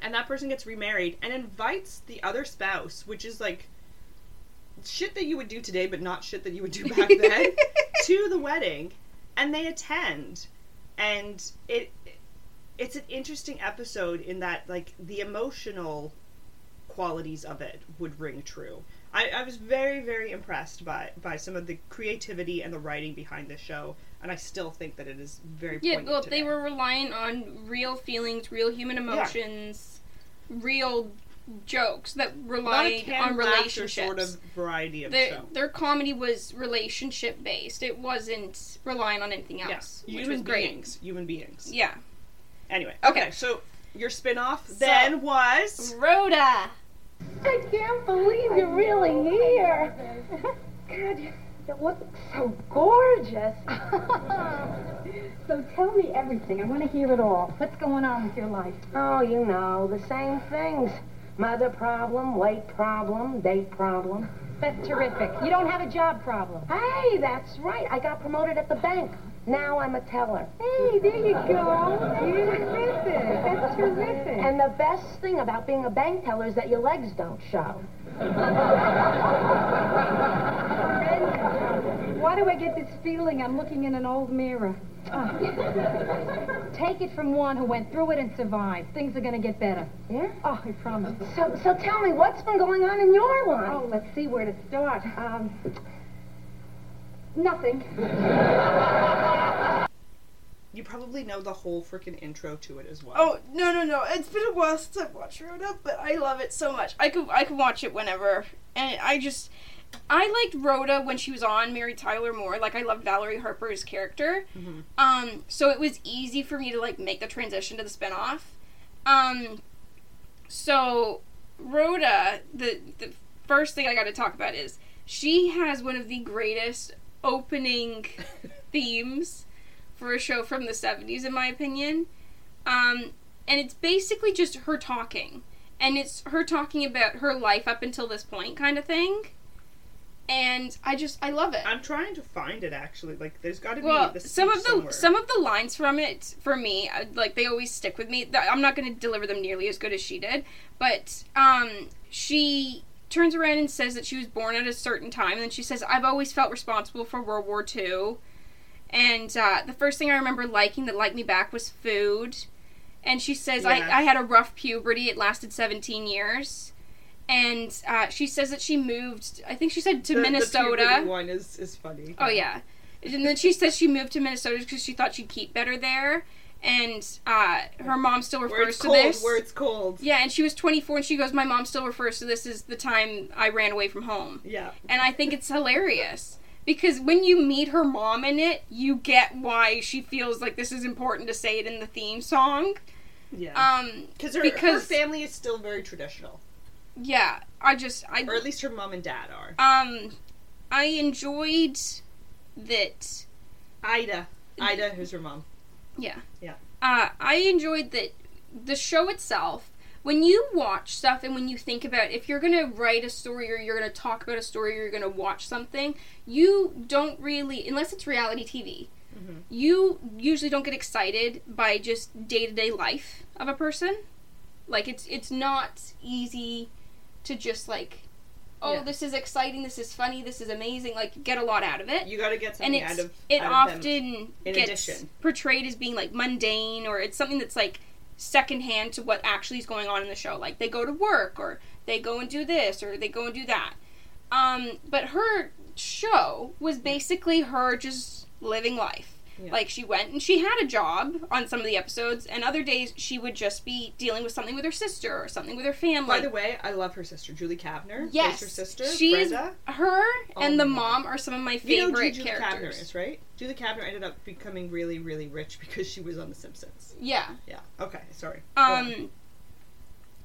Speaker 1: and that person gets remarried and invites the other spouse which is like shit that you would do today but not shit that you would do back then to the wedding and they attend and it it's an interesting episode in that like the emotional qualities of it would ring true I, I was very very impressed by by some of the creativity and the writing behind the show and i still think that it is very
Speaker 2: Yeah,
Speaker 1: poignant
Speaker 2: well,
Speaker 1: today.
Speaker 2: they were reliant on real feelings, real human emotions, real jokes that
Speaker 1: Not a
Speaker 2: relied
Speaker 1: canned
Speaker 2: on
Speaker 1: laughter
Speaker 2: relationships.
Speaker 1: sort of variety of
Speaker 2: their,
Speaker 1: show.
Speaker 2: their comedy was relationship based. It wasn't relying on anything else,
Speaker 1: Yeah.
Speaker 2: which
Speaker 1: human
Speaker 2: was great.
Speaker 1: beings. Human beings.
Speaker 2: Yeah,
Speaker 1: Anyway,
Speaker 2: Okay.
Speaker 1: okay. so your spin-off
Speaker 2: So-
Speaker 1: then was
Speaker 2: Rhoda.
Speaker 3: I can't believe you're really here. God, you look so gorgeous.
Speaker 5: So tell me everything. I want to hear it all. What's going on with your life?
Speaker 3: Oh, you know, the same things. Mother problem, weight problem, date problem.
Speaker 5: That's terrific. You don't have a job problem.
Speaker 3: Hey, that's right. I got promoted at the bank. Now I'm a teller.
Speaker 5: Hey, there you go. Terrific. That's terrific.
Speaker 3: And the best thing about being a bank teller is that your legs don't show.
Speaker 5: Why do I get this feeling I'm looking in an old mirror? Oh. Take it from one who went through it and survived. Things are going to get better.
Speaker 3: Yeah?
Speaker 5: Oh, I promise.
Speaker 3: So, so tell me, what's been going on in your life?
Speaker 5: Oh, let's see where to start. Um, nothing.
Speaker 1: you probably know the whole freaking intro to it as well.
Speaker 2: Oh no no no! It's been a while since I've watched Rhoda, but I love it so much. I could I could watch it whenever, and I just I liked Rhoda when she was on Mary Tyler Moore. Like I loved Valerie Harper's character,
Speaker 1: Mhm.
Speaker 2: um, so it was easy for me to like make the transition to the spinoff. Um, so Rhoda, the the first thing I got to talk about is she has one of the greatest opening themes for a show from the 70s in my opinion um, and it's basically just her talking and it's her talking about her life up until this point kind of thing and I just I love it.
Speaker 1: I'm trying to find it actually. Like, there's got to be
Speaker 2: Well,
Speaker 1: this
Speaker 2: some of the
Speaker 1: somewhere.
Speaker 2: some of the lines from it for me, uh, like they always stick with me. Th- I'm not going to deliver them nearly as good as she did, but um, she turns around and says that she was born at a certain time, and then she says, "I've always felt responsible for World War II." And uh, the first thing I remember liking that liked me back was food. And she says,
Speaker 1: Yes.
Speaker 2: I, I had a rough puberty. It lasted 17 years. And uh, she says that she moved, I think she said to
Speaker 1: The- the
Speaker 2: Minnesota.
Speaker 1: puberty one is is funny.
Speaker 2: Oh yeah, and then she says she moved to Minnesota because she thought she'd keep better there, and uh, her mom still
Speaker 1: Where it's
Speaker 2: refers to
Speaker 1: cold.
Speaker 2: this.
Speaker 1: Where it's cold.
Speaker 2: yeah, and she was 24, and she goes, "My mom still refers to this as the time I ran away from home,"
Speaker 1: Yeah.
Speaker 2: and I think it's hilarious because when you meet her mom in it, you get why she feels like this is important to say it in the theme song.
Speaker 1: Yeah.
Speaker 2: Um,
Speaker 1: Because her, her
Speaker 2: because-
Speaker 1: family is still very traditional,
Speaker 2: yeah, I just I
Speaker 1: or at least her mom and dad are.
Speaker 2: um I enjoyed that
Speaker 1: Ida, Ida, who's her mom?
Speaker 2: Yeah.
Speaker 1: Yeah.
Speaker 2: Uh, I enjoyed that the show itself. When you watch stuff and when you think about if you're going to write a story or you're going to talk about a story or you're going to watch something, you don't really unless it's reality TV.
Speaker 1: Mhm.
Speaker 2: You usually don't get excited by just day-to-day life of a person. Like it's it's not easy to just like oh
Speaker 1: Yeah.
Speaker 2: this is exciting, this is funny, this is amazing, like get a lot out of it
Speaker 1: You got to get something
Speaker 2: and it's
Speaker 1: out of
Speaker 2: it
Speaker 1: out of them.
Speaker 2: often
Speaker 1: in
Speaker 2: gets
Speaker 1: addition.
Speaker 2: portrayed as being like mundane or it's something that's like secondhand to what actually is going on in the show like they go to work or they go and do this or they go and do that um, but her show was basically her just living life
Speaker 1: Yeah.
Speaker 2: like she went and she had a job on some of the episodes and other days she would just be dealing with something with her sister or something with her family
Speaker 1: By the way, I love her sister, Julie Kavner. is
Speaker 2: yes
Speaker 1: her sister.
Speaker 2: she's
Speaker 1: Brenda.
Speaker 2: her and
Speaker 1: Oh
Speaker 2: the
Speaker 1: my God.
Speaker 2: mom are some of my
Speaker 1: You know who
Speaker 2: favorite
Speaker 1: Julie Kavner
Speaker 2: characters
Speaker 1: is, right? Julie Kavner ended up becoming really, really rich because she was on The Simpsons.
Speaker 2: yeah
Speaker 1: Yeah. Okay. Sorry. Go on.
Speaker 2: Um,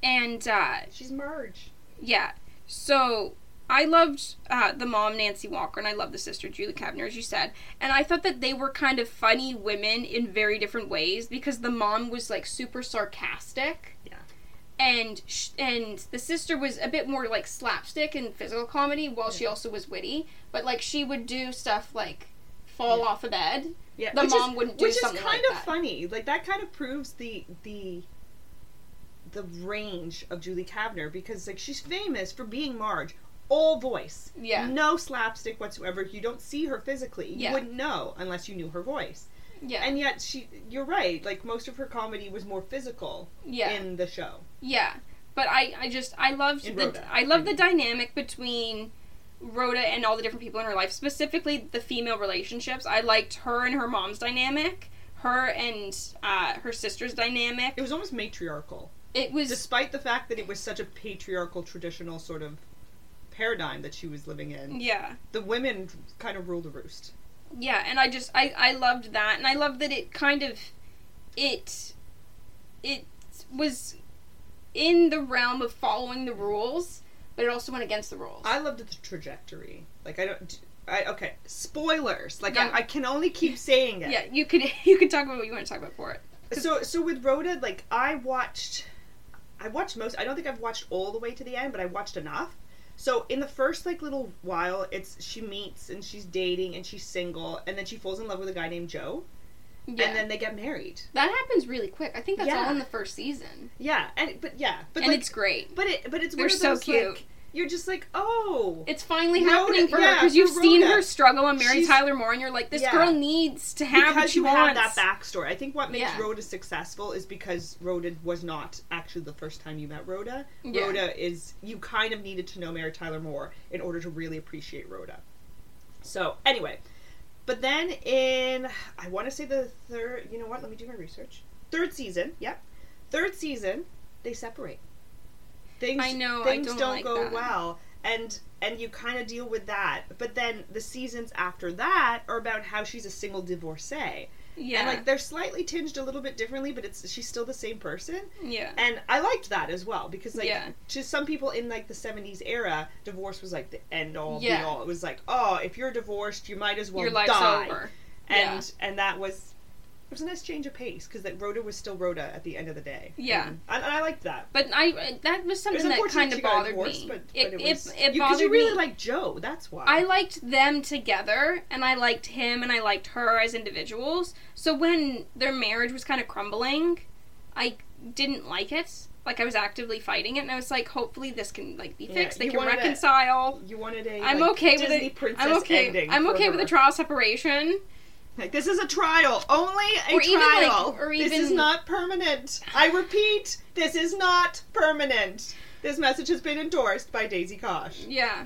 Speaker 2: and uh,
Speaker 1: she's Marge.
Speaker 2: yeah, so I loved uh, the mom Nancy Walker, and I love the sister Julie Kavner, as you said. And I thought that they were kind of funny women in very different ways because the mom was like super sarcastic.
Speaker 1: Yeah.
Speaker 2: And sh- and the sister was a bit more like slapstick and physical comedy, while she also was witty. But like she would do stuff like fall
Speaker 1: Yeah.
Speaker 2: off a bed.
Speaker 1: Yeah.
Speaker 2: The
Speaker 1: which
Speaker 2: mom
Speaker 1: is,
Speaker 2: wouldn't do
Speaker 1: which is
Speaker 2: something
Speaker 1: kind
Speaker 2: like
Speaker 1: of
Speaker 2: that.
Speaker 1: funny. Like that kind of proves the the the range of Julie Kavner because like she's famous for being Marge. All voice.
Speaker 2: Yeah.
Speaker 1: No slapstick whatsoever. You don't see her physically. You
Speaker 2: Yeah.
Speaker 1: wouldn't know unless you knew her voice.
Speaker 2: Yeah.
Speaker 1: And yet she you're right, like most of her comedy was more physical
Speaker 2: yeah.
Speaker 1: in the show.
Speaker 2: Yeah, but I, I just I loved
Speaker 1: And
Speaker 2: the
Speaker 1: Rhoda, Mm-hmm.
Speaker 2: I love the
Speaker 1: I mean.
Speaker 2: dynamic between Rhoda and all the different people in her life, specifically the female relationships. I liked her and her mom's dynamic, her and uh, her sister's dynamic.
Speaker 1: It was almost matriarchal.
Speaker 2: It was
Speaker 1: Despite the fact that it was such a patriarchal traditional sort of paradigm that she was living in.
Speaker 2: yeah.
Speaker 1: The women kind of ruled the roost.
Speaker 2: yeah and i just i i loved that and i love that it kind of it it was in the realm of following the rules but it also went against the rules
Speaker 1: I loved the trajectory. Like I don't. I, okay, spoilers. Like
Speaker 2: Yeah.
Speaker 1: I, I can only keep saying it.
Speaker 2: yeah you could you could talk about what you want to talk about for it
Speaker 1: So so with Rhoda, like I watched, I watched most. I don't think I've watched all the way to the end, but I watched enough. So in the first like little while, it's she meets and she's dating and she's single, and then she falls in love with a guy named Joe,
Speaker 2: yeah
Speaker 1: and then they get married.
Speaker 2: that happens really quick i think that's
Speaker 1: Yeah.
Speaker 2: all in the first season
Speaker 1: Yeah, and but yeah, but
Speaker 2: and
Speaker 1: like,
Speaker 2: it's great
Speaker 1: but it but it's
Speaker 2: they're
Speaker 1: one of
Speaker 2: so
Speaker 1: those,
Speaker 2: cute.
Speaker 1: like, you're just like oh.
Speaker 2: it's finally
Speaker 1: Rhoda-
Speaker 2: happening for her
Speaker 1: yeah,
Speaker 2: because
Speaker 1: for
Speaker 2: you've seen
Speaker 1: Rhoda.
Speaker 2: her struggle on Mary
Speaker 1: She's-
Speaker 2: Tyler Moore, and you're like, this
Speaker 1: Yeah.
Speaker 2: girl needs to have what
Speaker 1: because
Speaker 2: she
Speaker 1: you
Speaker 2: wants.
Speaker 1: have that backstory. I think what makes
Speaker 2: Yeah.
Speaker 1: Rhoda successful is because Rhoda was not actually the first time you met Rhoda.
Speaker 2: Yeah.
Speaker 1: Rhoda is you kind of needed to know Mary Tyler Moore in order to really appreciate Rhoda. So anyway, but then in I want to say the third. You know what? Let me do my research. Third season. Yep. Third season. They separate. Things.
Speaker 2: I know, I
Speaker 1: Things
Speaker 2: don't like
Speaker 1: go
Speaker 2: that.
Speaker 1: well. And and you kind of deal with that, but then the seasons after that are about how she's a single divorcee,
Speaker 2: Yeah,
Speaker 1: and like they're slightly tinged a little bit differently, but it's she's still the same person.
Speaker 2: yeah,
Speaker 1: And I liked that as well because like
Speaker 2: Yeah.
Speaker 1: to some people in like the seventies era, divorce was like the end all
Speaker 2: Yeah.
Speaker 1: be all. It was like, oh, if you're divorced, you might as well
Speaker 2: your life's
Speaker 1: die.
Speaker 2: over.
Speaker 1: And and that was It was a nice change of pace because that Rhoda was still Rhoda at the end of the day.
Speaker 2: Yeah.
Speaker 1: and, and I liked that.
Speaker 2: But I that was
Speaker 1: It was
Speaker 2: something that
Speaker 1: unfortunate
Speaker 2: kind
Speaker 1: she
Speaker 2: of
Speaker 1: got
Speaker 2: bothered
Speaker 1: divorced,
Speaker 2: me.
Speaker 1: But,
Speaker 2: it,
Speaker 1: but it,
Speaker 2: it,
Speaker 1: was,
Speaker 2: it
Speaker 1: you, 'cause
Speaker 2: bothered
Speaker 1: you really
Speaker 2: me.
Speaker 1: like Joe. That's why.
Speaker 2: I liked them together, and I liked him, and I liked her as individuals. So when their marriage was kind of crumbling, I didn't like it. Like I was actively fighting it, and I was like, hopefully this can like be
Speaker 1: Yeah,
Speaker 2: fixed.
Speaker 1: you
Speaker 2: they can
Speaker 1: wanted a-
Speaker 2: reconcile.
Speaker 1: You wanted a.
Speaker 2: I'm
Speaker 1: like,
Speaker 2: okay
Speaker 1: Disney
Speaker 2: with it.
Speaker 1: Princess
Speaker 2: I'm okay.
Speaker 1: ending
Speaker 2: I'm
Speaker 1: for
Speaker 2: okay with
Speaker 1: her.
Speaker 2: a trial separation.
Speaker 1: Like this is a trial, only a
Speaker 2: Or even, like,
Speaker 1: trial.
Speaker 2: or
Speaker 1: this is
Speaker 2: even-
Speaker 1: not permanent. I repeat, this is not permanent. This message has been endorsed by Daisy Kosh.
Speaker 2: Yeah,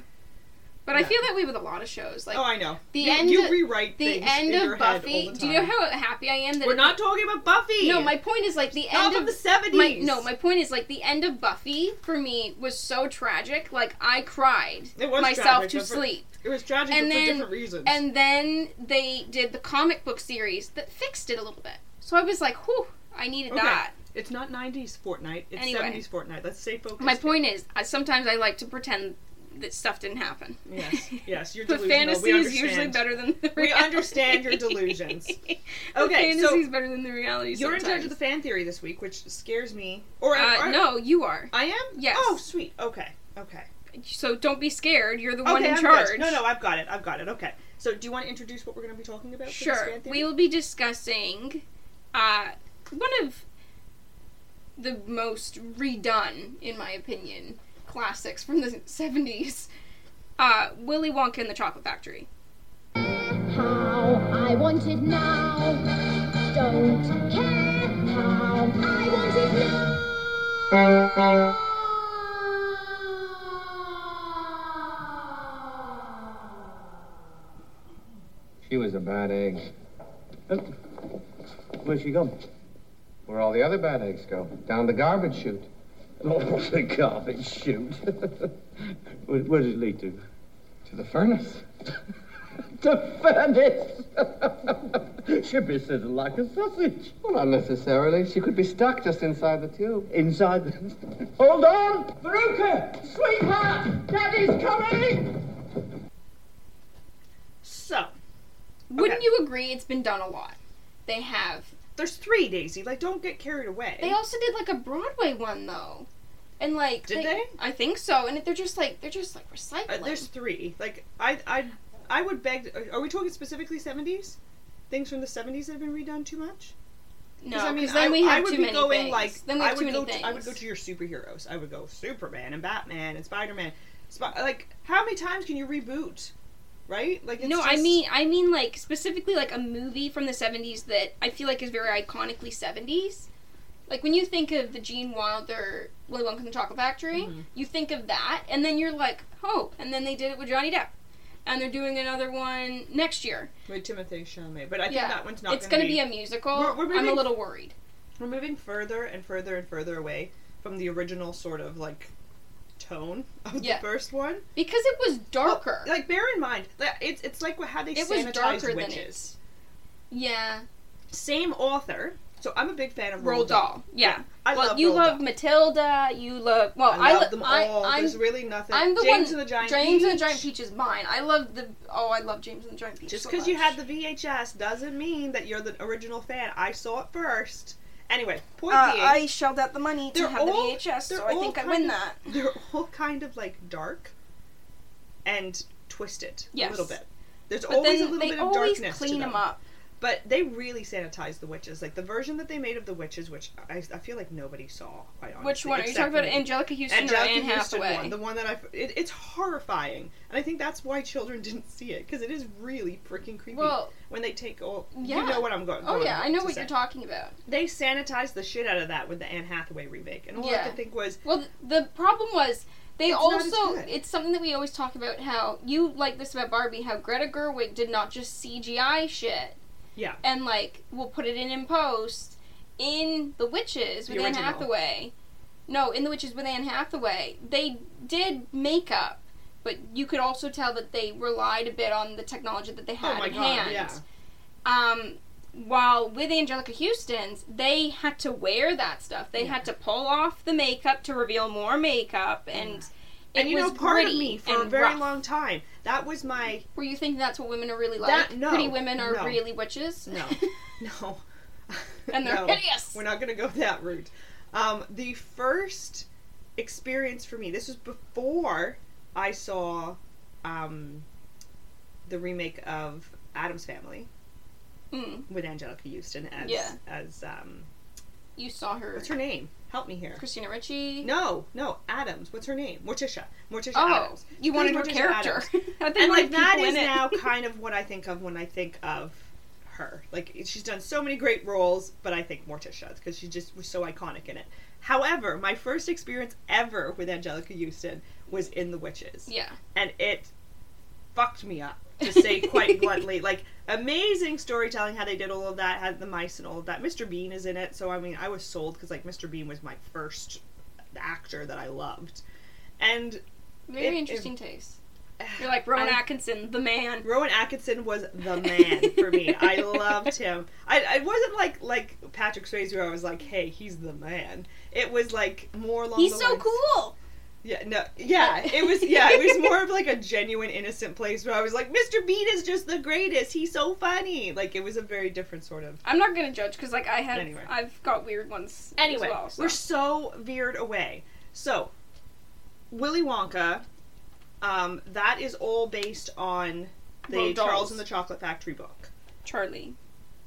Speaker 2: but I
Speaker 1: Yeah.
Speaker 2: feel that way with a lot of shows. Like
Speaker 1: oh, I know.
Speaker 2: the
Speaker 1: you,
Speaker 2: end-
Speaker 1: You rewrite
Speaker 2: the
Speaker 1: things
Speaker 2: end
Speaker 1: in your
Speaker 2: of
Speaker 1: head all
Speaker 2: Buffy.
Speaker 1: the
Speaker 2: Do you know
Speaker 1: time.
Speaker 2: how happy I am that
Speaker 1: We're
Speaker 2: it-
Speaker 1: not talking about Buffy.
Speaker 2: No, my point is like the
Speaker 1: Stop
Speaker 2: end
Speaker 1: of
Speaker 2: of
Speaker 1: the seventies.
Speaker 2: My, no, my point is like the end of Buffy for me was so tragic. Like I cried
Speaker 1: It was
Speaker 2: myself
Speaker 1: tragic,
Speaker 2: to
Speaker 1: but for-
Speaker 2: sleep,
Speaker 1: It was tragic
Speaker 2: And
Speaker 1: but
Speaker 2: then-
Speaker 1: for different reasons.
Speaker 2: and then they did the comic book series that fixed it a little bit. So I was like, "Whew, I needed
Speaker 1: Okay.
Speaker 2: that."
Speaker 1: it's not '90s Fortnite. It's
Speaker 2: Anyway.
Speaker 1: '70s Fortnite. Let's stay focused.
Speaker 2: My point is, I, sometimes I like to pretend that stuff didn't happen.
Speaker 1: Yes, yes, you're
Speaker 2: but
Speaker 1: delusional.
Speaker 2: fantasy
Speaker 1: We
Speaker 2: is usually
Speaker 1: understand.
Speaker 2: better than the
Speaker 1: We
Speaker 2: reality.
Speaker 1: understand your delusions.
Speaker 2: The
Speaker 1: Okay, so
Speaker 2: fantasy is better than the reality.
Speaker 1: You're in charge
Speaker 2: sometimes.
Speaker 1: of the fan theory this week, which scares me. Or
Speaker 2: Uh,
Speaker 1: or-
Speaker 2: no, you are.
Speaker 1: I am.
Speaker 2: Yes.
Speaker 1: Oh, sweet. Okay. Okay.
Speaker 2: So don't be scared. You're the one
Speaker 1: okay.
Speaker 2: in
Speaker 1: I'm
Speaker 2: charge.
Speaker 1: Good. No, no, I've got it. I've got it. Okay. So, do you want to introduce what we're going to be talking about? For this
Speaker 2: Sure.
Speaker 1: fan theory?
Speaker 2: We will be discussing uh, one of the most redone, in my opinion, classics from the 70s uh, Willy Wonka and the Chocolate Factory.
Speaker 3: How I want it now. Don't care how I want it now.
Speaker 6: She was a bad egg. Uh, Where'd she go? Where all the other bad eggs go? Down the garbage chute. Oh, the garbage chute. where, where does it lead to? To the furnace. the furnace? She'd be sitting like a sausage. Well, not necessarily. She could be stuck just inside the tube. Inside the. Hold on! Veruca! Sweetheart! Daddy's coming!
Speaker 1: So,
Speaker 2: Wouldn't
Speaker 1: Okay.
Speaker 2: you agree it's been done a lot? They have.
Speaker 1: there's three, Daisy. Like, don't get carried away.
Speaker 2: They also did like a Broadway one though. And like
Speaker 1: Did they?
Speaker 2: I think so. And they're just like they're just like recycling.
Speaker 1: Uh, there's three. Like, I, I, I would beg. Are we talking specifically 70s? Things from the 70s that have been redone too much?
Speaker 2: no,
Speaker 1: 'Cause,
Speaker 2: because
Speaker 1: I mean,
Speaker 2: then
Speaker 1: I,
Speaker 2: we have
Speaker 1: I would
Speaker 2: too
Speaker 1: be
Speaker 2: many
Speaker 1: going
Speaker 2: things.
Speaker 1: like
Speaker 2: then we have
Speaker 1: I would
Speaker 2: too many
Speaker 1: go.
Speaker 2: things.
Speaker 1: To, I would go to your superheroes. I would go Superman and Batman and Spider Man. Sp- like, how many times can you reboot? Right? Like, it's
Speaker 2: no, I
Speaker 1: just-
Speaker 2: mean, I mean, like specifically, like a movie from the '70s that I feel like is very iconically '70s. Like when you think of the Gene Wilder Willy Wonka and the Chocolate Factory,
Speaker 1: Mm-hmm.
Speaker 2: you think of that, and then you're like, oh, and then they did it with Johnny Depp, and they're doing another one next year.
Speaker 1: with Timothy Chalamet. But I think
Speaker 2: yeah,
Speaker 1: that one's not.
Speaker 2: it's going to be
Speaker 1: be
Speaker 2: a musical.
Speaker 1: We're- we're
Speaker 2: I'm a
Speaker 1: moving-
Speaker 2: little worried.
Speaker 1: We're moving further and further and further away from the original sort of like tone of
Speaker 2: Yeah.
Speaker 1: the first one.
Speaker 2: Because it was darker.
Speaker 1: Like bear in mind that it's it's like what how they
Speaker 2: It was
Speaker 1: sanitized
Speaker 2: darker than
Speaker 1: witches.
Speaker 2: yeah.
Speaker 1: Same author. So I'm a big fan of
Speaker 2: Roll
Speaker 1: Roald Dahl.
Speaker 2: Doll. Yeah.
Speaker 1: I
Speaker 2: well,
Speaker 1: love
Speaker 2: you
Speaker 1: Roald
Speaker 2: love
Speaker 1: Dahl.
Speaker 2: Matilda. You love. Well,
Speaker 1: I love
Speaker 2: lo-
Speaker 1: them
Speaker 2: I-
Speaker 1: all.
Speaker 2: I'm
Speaker 1: There's really nothing.
Speaker 2: I'm the
Speaker 1: James
Speaker 2: one.
Speaker 1: and the Giant
Speaker 2: James
Speaker 1: Peach.
Speaker 2: and the Giant Peach is mine. I love the. Oh, I love James and the Giant Peach.
Speaker 1: Just
Speaker 2: so
Speaker 1: because you
Speaker 2: much.
Speaker 1: had the VHS doesn't mean that you're the original fan. I saw it first. Anyway, point
Speaker 2: Uh,
Speaker 1: being,
Speaker 2: I shelled out the money to
Speaker 1: They're
Speaker 2: have
Speaker 1: all-
Speaker 2: the VHS, so
Speaker 1: they're
Speaker 2: I
Speaker 1: all
Speaker 2: think I
Speaker 1: kind
Speaker 2: win
Speaker 1: of-
Speaker 2: that.
Speaker 1: they're all kind of like dark and twisted a
Speaker 2: Yes.
Speaker 1: little bit. There's
Speaker 2: But
Speaker 1: always a
Speaker 2: then
Speaker 1: little
Speaker 2: they
Speaker 1: bit of
Speaker 2: always
Speaker 1: darkness. to
Speaker 2: clean
Speaker 1: them.
Speaker 2: them up.
Speaker 1: But they really sanitized the witches. Like the version that they made of the witches, which I, I feel like nobody saw. Quite honestly,
Speaker 2: Which one are you
Speaker 1: except
Speaker 2: talking about?
Speaker 1: for me.
Speaker 2: Angelica Houston
Speaker 1: Angelica
Speaker 2: or Anne
Speaker 1: Houston
Speaker 2: Hathaway?
Speaker 1: one, the one that I it, it's horrifying, and I think that's why children didn't see it because it is really freaking creepy.
Speaker 2: Well-
Speaker 1: when they take all,
Speaker 2: Yeah.
Speaker 1: you know what I'm going.
Speaker 2: oh
Speaker 1: going
Speaker 2: yeah, I know
Speaker 1: to
Speaker 2: what
Speaker 1: say.
Speaker 2: you're talking about.
Speaker 1: They sanitized the shit out of that with the Anne Hathaway remake, and all I
Speaker 2: Yeah.
Speaker 1: could think was,
Speaker 2: Well, th- the problem was they
Speaker 1: It's not as
Speaker 2: also
Speaker 1: good.
Speaker 2: it's something that we always talk about how you like this about Barbie how Greta Gerwig did not just CGI shit.
Speaker 1: Yeah.
Speaker 2: And like we'll put it in in post in The Witches
Speaker 1: The
Speaker 2: with Anne
Speaker 1: original.
Speaker 2: Hathaway. No, in The Witches with Anne Hathaway, they did makeup, but you could also tell that they relied a bit on the technology that they
Speaker 1: oh
Speaker 2: had
Speaker 1: my
Speaker 2: at
Speaker 1: god,
Speaker 2: hand.
Speaker 1: yeah,
Speaker 2: Um, while with Angelica Houston's, they had to wear that stuff. They had to pull off the makeup to reveal more makeup, and it
Speaker 1: and you
Speaker 2: was
Speaker 1: know, part of
Speaker 2: gritty
Speaker 1: me for a
Speaker 2: and
Speaker 1: very
Speaker 2: rough.
Speaker 1: long time, that was my
Speaker 2: Were you thinking that's what women are really like?
Speaker 1: That- no,
Speaker 2: Pretty women are
Speaker 1: no.
Speaker 2: really witches.
Speaker 1: No. No.
Speaker 2: And they're
Speaker 1: No,
Speaker 2: hideous.
Speaker 1: We're not going to go that route. Um, the first experience for me, this was before I saw um, the remake of Adam's Family
Speaker 2: Mm.
Speaker 1: with Angelica Houston as
Speaker 2: Yeah.
Speaker 1: as um,
Speaker 2: You saw her.
Speaker 1: what's her name? Help me here.
Speaker 2: Christina Ricci.
Speaker 1: No, no, Adams. What's her name? Morticia. Morticia
Speaker 2: Oh,
Speaker 1: Adams.
Speaker 2: you
Speaker 1: Please,
Speaker 2: wanted her
Speaker 1: Morticia
Speaker 2: character.
Speaker 1: Adams.
Speaker 2: I
Speaker 1: and
Speaker 2: think one of
Speaker 1: like
Speaker 2: the
Speaker 1: that
Speaker 2: people
Speaker 1: is
Speaker 2: in it.
Speaker 1: now kind of what I think of when I think of her. Like she's done so many great roles, but I think Morticia because she just was so iconic in it. However, my first experience ever with Angelica Houston was in The Witches,
Speaker 2: yeah.
Speaker 1: and it fucked me up to say quite bluntly. Like amazing storytelling, how they did all of that, had the mice and all of that. Mr. Bean is in it, so I mean, I was sold because like Mr. Bean was my first actor that I loved, and
Speaker 2: Very
Speaker 1: It- it-
Speaker 2: interesting taste. You're like Rowan
Speaker 1: I-
Speaker 2: Atkinson, the man.
Speaker 1: Rowan Atkinson was the man for me. I loved him. I, I wasn't like like Patrick Swayze where I was like, hey, he's the man. It was like more along.
Speaker 2: He's
Speaker 1: the
Speaker 2: so
Speaker 1: lines-
Speaker 2: cool.
Speaker 1: Yeah, no, yeah. It was yeah. It was more of like a genuine innocent place where I was like, Mr. Bean is just the greatest. He's so funny. Like it was a very different sort of.
Speaker 2: I'm not gonna judge because like I have
Speaker 1: Anyway.
Speaker 2: I've got weird ones.
Speaker 1: Anyway,
Speaker 2: as well, so.
Speaker 1: we're so veered away. So, Willy Wonka, um, that is all based on the
Speaker 2: Well,
Speaker 1: Charles
Speaker 2: dolls.
Speaker 1: and the Chocolate Factory book.
Speaker 2: Charlie,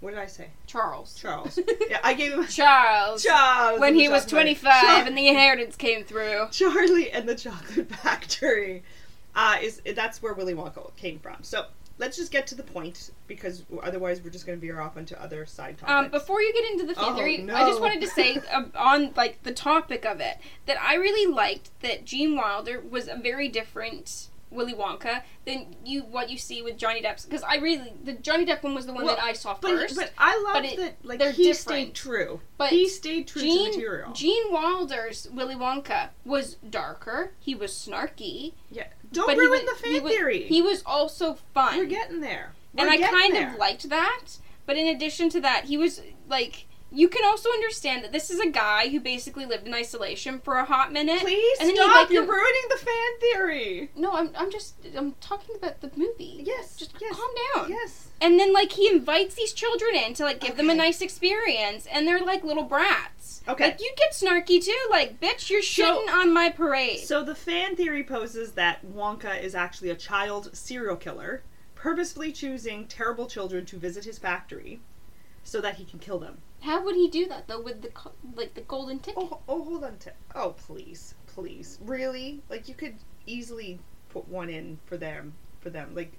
Speaker 1: What did I say?
Speaker 2: Charles,
Speaker 1: Charles. yeah, I gave him a
Speaker 2: Charles.
Speaker 1: Charles.
Speaker 2: When
Speaker 1: and
Speaker 2: he
Speaker 1: the
Speaker 2: was
Speaker 1: Chocolate
Speaker 2: 25
Speaker 1: Factory.
Speaker 2: and the inheritance came through.
Speaker 1: Char- Charlie and the Chocolate Factory uh, is that's where Willy Wonka came from. So let's just get to the point because otherwise we're just going to veer off onto other side topics.
Speaker 2: Um, before you get into the fan
Speaker 1: Oh,
Speaker 2: theory,
Speaker 1: no.
Speaker 2: I just wanted to say um, on like the topic of it that I really liked that Gene Wilder was a very different Willy Wonka than you what you see with Johnny Depp's because I really the Johnny Depp one was the one
Speaker 1: Well,
Speaker 2: that I saw
Speaker 1: but,
Speaker 2: first.
Speaker 1: but I love
Speaker 2: but it-
Speaker 1: that like
Speaker 2: they're
Speaker 1: he
Speaker 2: different.
Speaker 1: stayed true.
Speaker 2: But
Speaker 1: he stayed true
Speaker 2: Gene,
Speaker 1: to material.
Speaker 2: Gene Wilder's Willy Wonka was darker. He was snarky.
Speaker 1: yeah. Don't
Speaker 2: but
Speaker 1: ruin
Speaker 2: he was,
Speaker 1: the fan
Speaker 2: he was,
Speaker 1: theory.
Speaker 2: He was also fun.
Speaker 1: we're getting there. We're
Speaker 2: and I
Speaker 1: getting
Speaker 2: kind
Speaker 1: there.
Speaker 2: of liked that. But in addition to that, he was like you can also understand that this is a guy who basically lived in isolation for a hot minute.
Speaker 1: Please
Speaker 2: and then he,
Speaker 1: stop!
Speaker 2: like,
Speaker 1: You're
Speaker 2: you-
Speaker 1: ruining the fan theory.
Speaker 2: No, I'm I'm just I'm talking about the movie.
Speaker 1: Yes,
Speaker 2: Just
Speaker 1: yes,
Speaker 2: calm down.
Speaker 1: Yes.
Speaker 2: And then like he invites these children in to like give them a
Speaker 1: Okay.
Speaker 2: nice experience and they're like little brats.
Speaker 1: Okay.
Speaker 2: Like you get snarky too, like bitch, you're
Speaker 1: So-
Speaker 2: shitting on my parade.
Speaker 1: So the fan theory poses that Wonka is actually a child serial killer, purposefully choosing terrible children to visit his factory so that he can kill them.
Speaker 2: How would he do that though with the co- like the golden ticket?
Speaker 1: Oh, oh hold on to Oh, please. Please. Really? Like you could easily put one in for them for them. Like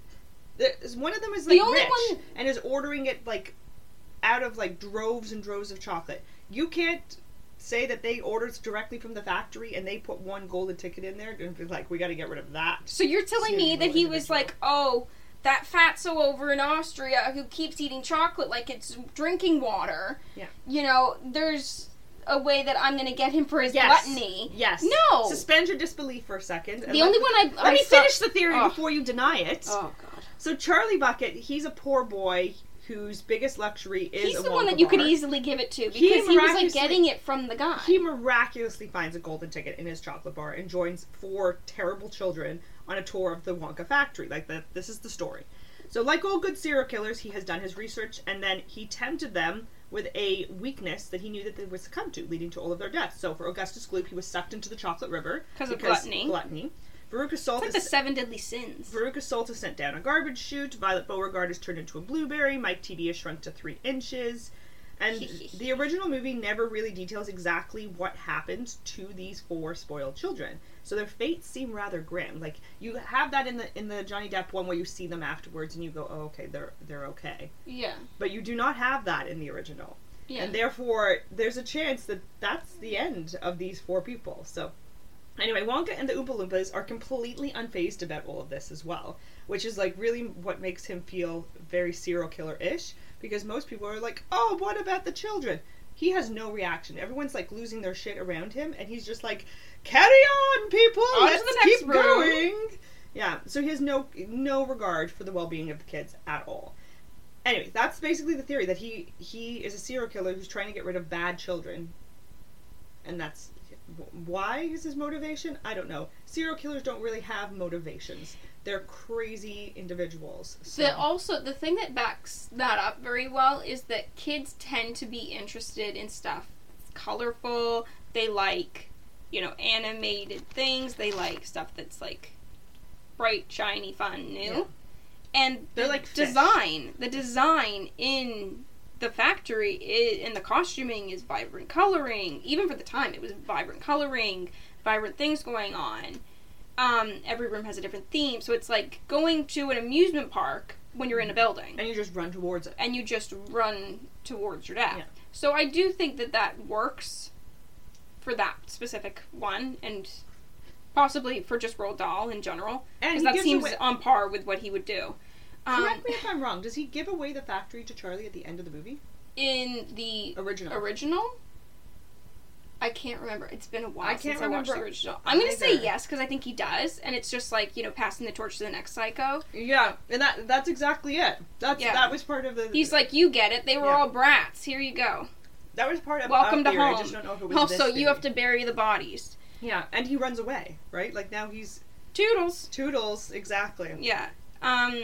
Speaker 1: there's one of them is
Speaker 2: The
Speaker 1: like
Speaker 2: only
Speaker 1: rich
Speaker 2: one-
Speaker 1: and is ordering it like out of like droves and droves of chocolate. You can't say that they ordered directly from the factory and they put one golden ticket in there and be like we got to get rid of that.
Speaker 2: So you're telling me that he was like, oh, that fatso over in Austria who keeps eating chocolate like it's drinking water.
Speaker 1: Yeah.
Speaker 2: You know, there's a way that I'm gonna get him for his
Speaker 1: Yes.
Speaker 2: gluttony.
Speaker 1: Yes.
Speaker 2: No.
Speaker 1: Suspend your disbelief for a second. and
Speaker 2: The
Speaker 1: let
Speaker 2: only
Speaker 1: me-
Speaker 2: one I
Speaker 1: Let
Speaker 2: I
Speaker 1: me
Speaker 2: saw-
Speaker 1: finish the theory
Speaker 2: Oh.
Speaker 1: before you deny it.
Speaker 2: Oh god.
Speaker 1: So Charlie Bucket, he's a poor boy whose biggest luxury is
Speaker 2: He's
Speaker 1: a
Speaker 2: the one
Speaker 1: Wonka
Speaker 2: that you could
Speaker 1: bar.
Speaker 2: easily give it to because he, was like
Speaker 1: miraculously-
Speaker 2: getting it from the guy.
Speaker 1: He miraculously finds a golden ticket in his chocolate bar and joins four terrible children on a tour of the Wonka factory. Like the, this is the story. So, like all good serial killers, he has done his research and then he tempted them with a weakness that he knew that they would succumb to, leading to all of their deaths. So, for Augustus Gloop, he was sucked into the chocolate river
Speaker 2: 'Cause of gluttony.
Speaker 1: Gluttony. Veruca Salt
Speaker 2: it's like
Speaker 1: is
Speaker 2: the seven deadly sins.
Speaker 1: Veruca Salt is sent down a garbage chute. Violet Beauregard is turned into a blueberry. Mike TV is shrunk to three inches. And the original movie never really details exactly what happened to these four spoiled children. So their fates seem rather grim. Like you have that in the in the Johnny Depp one where you see them afterwards and you go, "Oh, okay, they're they're okay."
Speaker 2: Yeah.
Speaker 1: But you do not have that in the original.
Speaker 2: Yeah.
Speaker 1: And therefore, there's a chance that that's the end of these four people. So, anyway, Wonka and the Oompa Loompas are completely unfazed about all of this as well, which is like really what makes him feel very serial killer ish because most people are like, oh, what about the children? He has no reaction. Everyone's like losing their shit around him, and he's just like, carry on, people!
Speaker 2: On to
Speaker 1: Let's
Speaker 2: the next
Speaker 1: keep
Speaker 2: room."
Speaker 1: going! Yeah, so he has no no regard for the well being of the kids at all anyway, that's basically the theory that he he is a serial killer who's trying to get rid of bad children, and that's why is his motivation. I don't know. Serial killers don't really have motivations. They're crazy individuals. So
Speaker 2: The, also, the thing that backs that up very well is that kids tend to be interested in stuff that's colorful. They like, you know, animated things. They like stuff that's like bright, shiny, fun, new.
Speaker 1: Yeah.
Speaker 2: And
Speaker 1: They're
Speaker 2: the
Speaker 1: like fish.
Speaker 2: design. The design in the factory i and the costuming is vibrant coloring. Even for the time, it was vibrant coloring, vibrant things going on um, every room has a different theme. So it's like going to an amusement park when you're in a building
Speaker 1: and you just run towards it.
Speaker 2: and you just run towards your death.
Speaker 1: Yeah.
Speaker 2: So I do think that that works for that specific one and possibly for just Roald Dahl in general
Speaker 1: And
Speaker 2: because
Speaker 1: he
Speaker 2: that
Speaker 1: gives
Speaker 2: seems
Speaker 1: away,
Speaker 2: on par with what he would do. Um,
Speaker 1: correct me if I'm wrong. Does he give away the factory to Charlie at the end of the movie?
Speaker 2: in the
Speaker 1: Original.
Speaker 2: original I can't remember. It's been a while
Speaker 1: I can't
Speaker 2: since I watched the
Speaker 1: remember
Speaker 2: original. I'm gonna say
Speaker 1: either.
Speaker 2: yes because I think he does, and it's just like you know passing the torch to the next psycho.
Speaker 1: yeah, and that that's exactly it. That's
Speaker 2: Yeah.
Speaker 1: that was part of the.
Speaker 2: He's like, you get it. They were
Speaker 1: Yeah. Uh,
Speaker 2: all brats. Here you go.
Speaker 1: that was part of
Speaker 2: Welcome
Speaker 1: our
Speaker 2: to
Speaker 1: theory.
Speaker 2: home.
Speaker 1: I just don't know if it was
Speaker 2: Also,
Speaker 1: this
Speaker 2: you have
Speaker 1: theory.
Speaker 2: to bury the bodies.
Speaker 1: Yeah, and he runs away, right? Like now he's
Speaker 2: Toodles.
Speaker 1: Toodles exactly.
Speaker 2: Yeah. Um.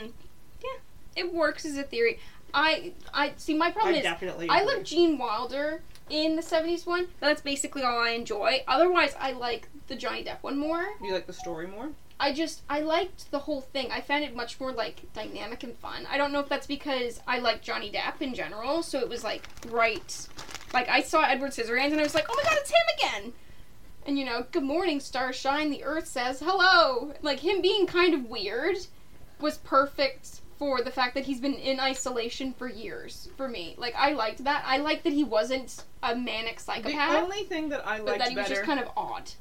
Speaker 2: Yeah. It works as a theory. I. I see. My problem
Speaker 1: I
Speaker 2: is
Speaker 1: definitely.
Speaker 2: I
Speaker 1: agree.
Speaker 2: love Gene Wilder in the '70s one. But that's basically all I enjoy. Otherwise, I like the Johnny Depp one more.
Speaker 1: You like the story more?
Speaker 2: I just I liked the whole thing. I found it much more like dynamic and fun. I don't know if that's because I like Johnny Depp in general, so it was like right. Like I saw Edward Scissorhands and I was like, oh my god, it's him again. And you know, good morning, starshine. The Earth says hello. Like him being kind of weird was perfect for the fact that he's been in isolation for years. For me, like I liked that. I liked that he wasn't a manic
Speaker 1: The
Speaker 2: psychopath,
Speaker 1: only thing that I
Speaker 2: but
Speaker 1: liked
Speaker 2: that he was
Speaker 1: better.
Speaker 2: just kind of odd.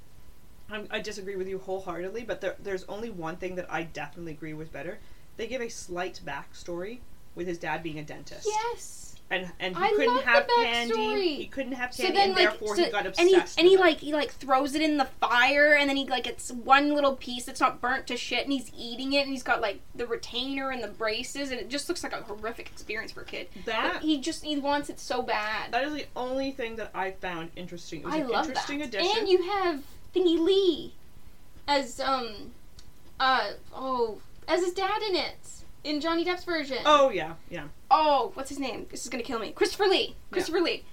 Speaker 1: I'm, I disagree with you wholeheartedly, but there, there's only one thing that I definitely agree with better. They give a slight backstory with his dad being a dentist,
Speaker 2: Yes.
Speaker 1: and and he
Speaker 2: I
Speaker 1: couldn't
Speaker 2: love the
Speaker 1: have candy.
Speaker 2: backstory.
Speaker 1: He couldn't have
Speaker 2: So
Speaker 1: candy,
Speaker 2: then,
Speaker 1: and
Speaker 2: like,
Speaker 1: therefore
Speaker 2: so-
Speaker 1: he got obsessed.
Speaker 2: and he
Speaker 1: with
Speaker 2: and he
Speaker 1: it.
Speaker 2: like he like throws it in the fire, and then he like it's one little piece that's not burnt to shit, and he's eating it, and he's got like the retainer and the braces, and it just looks like a horrific experience for a kid.
Speaker 1: that.
Speaker 2: But uh, he just he wants it so bad.
Speaker 1: that is the only thing that I found interesting. It was
Speaker 2: I
Speaker 1: an
Speaker 2: love that.
Speaker 1: interesting addition.
Speaker 2: And you have Thingy Lee as um uh oh as his dad in it in Johnny Depp's version.
Speaker 1: oh yeah, yeah.
Speaker 2: oh, what's his name? This is gonna kill me. Christopher Lee. Christopher Lee.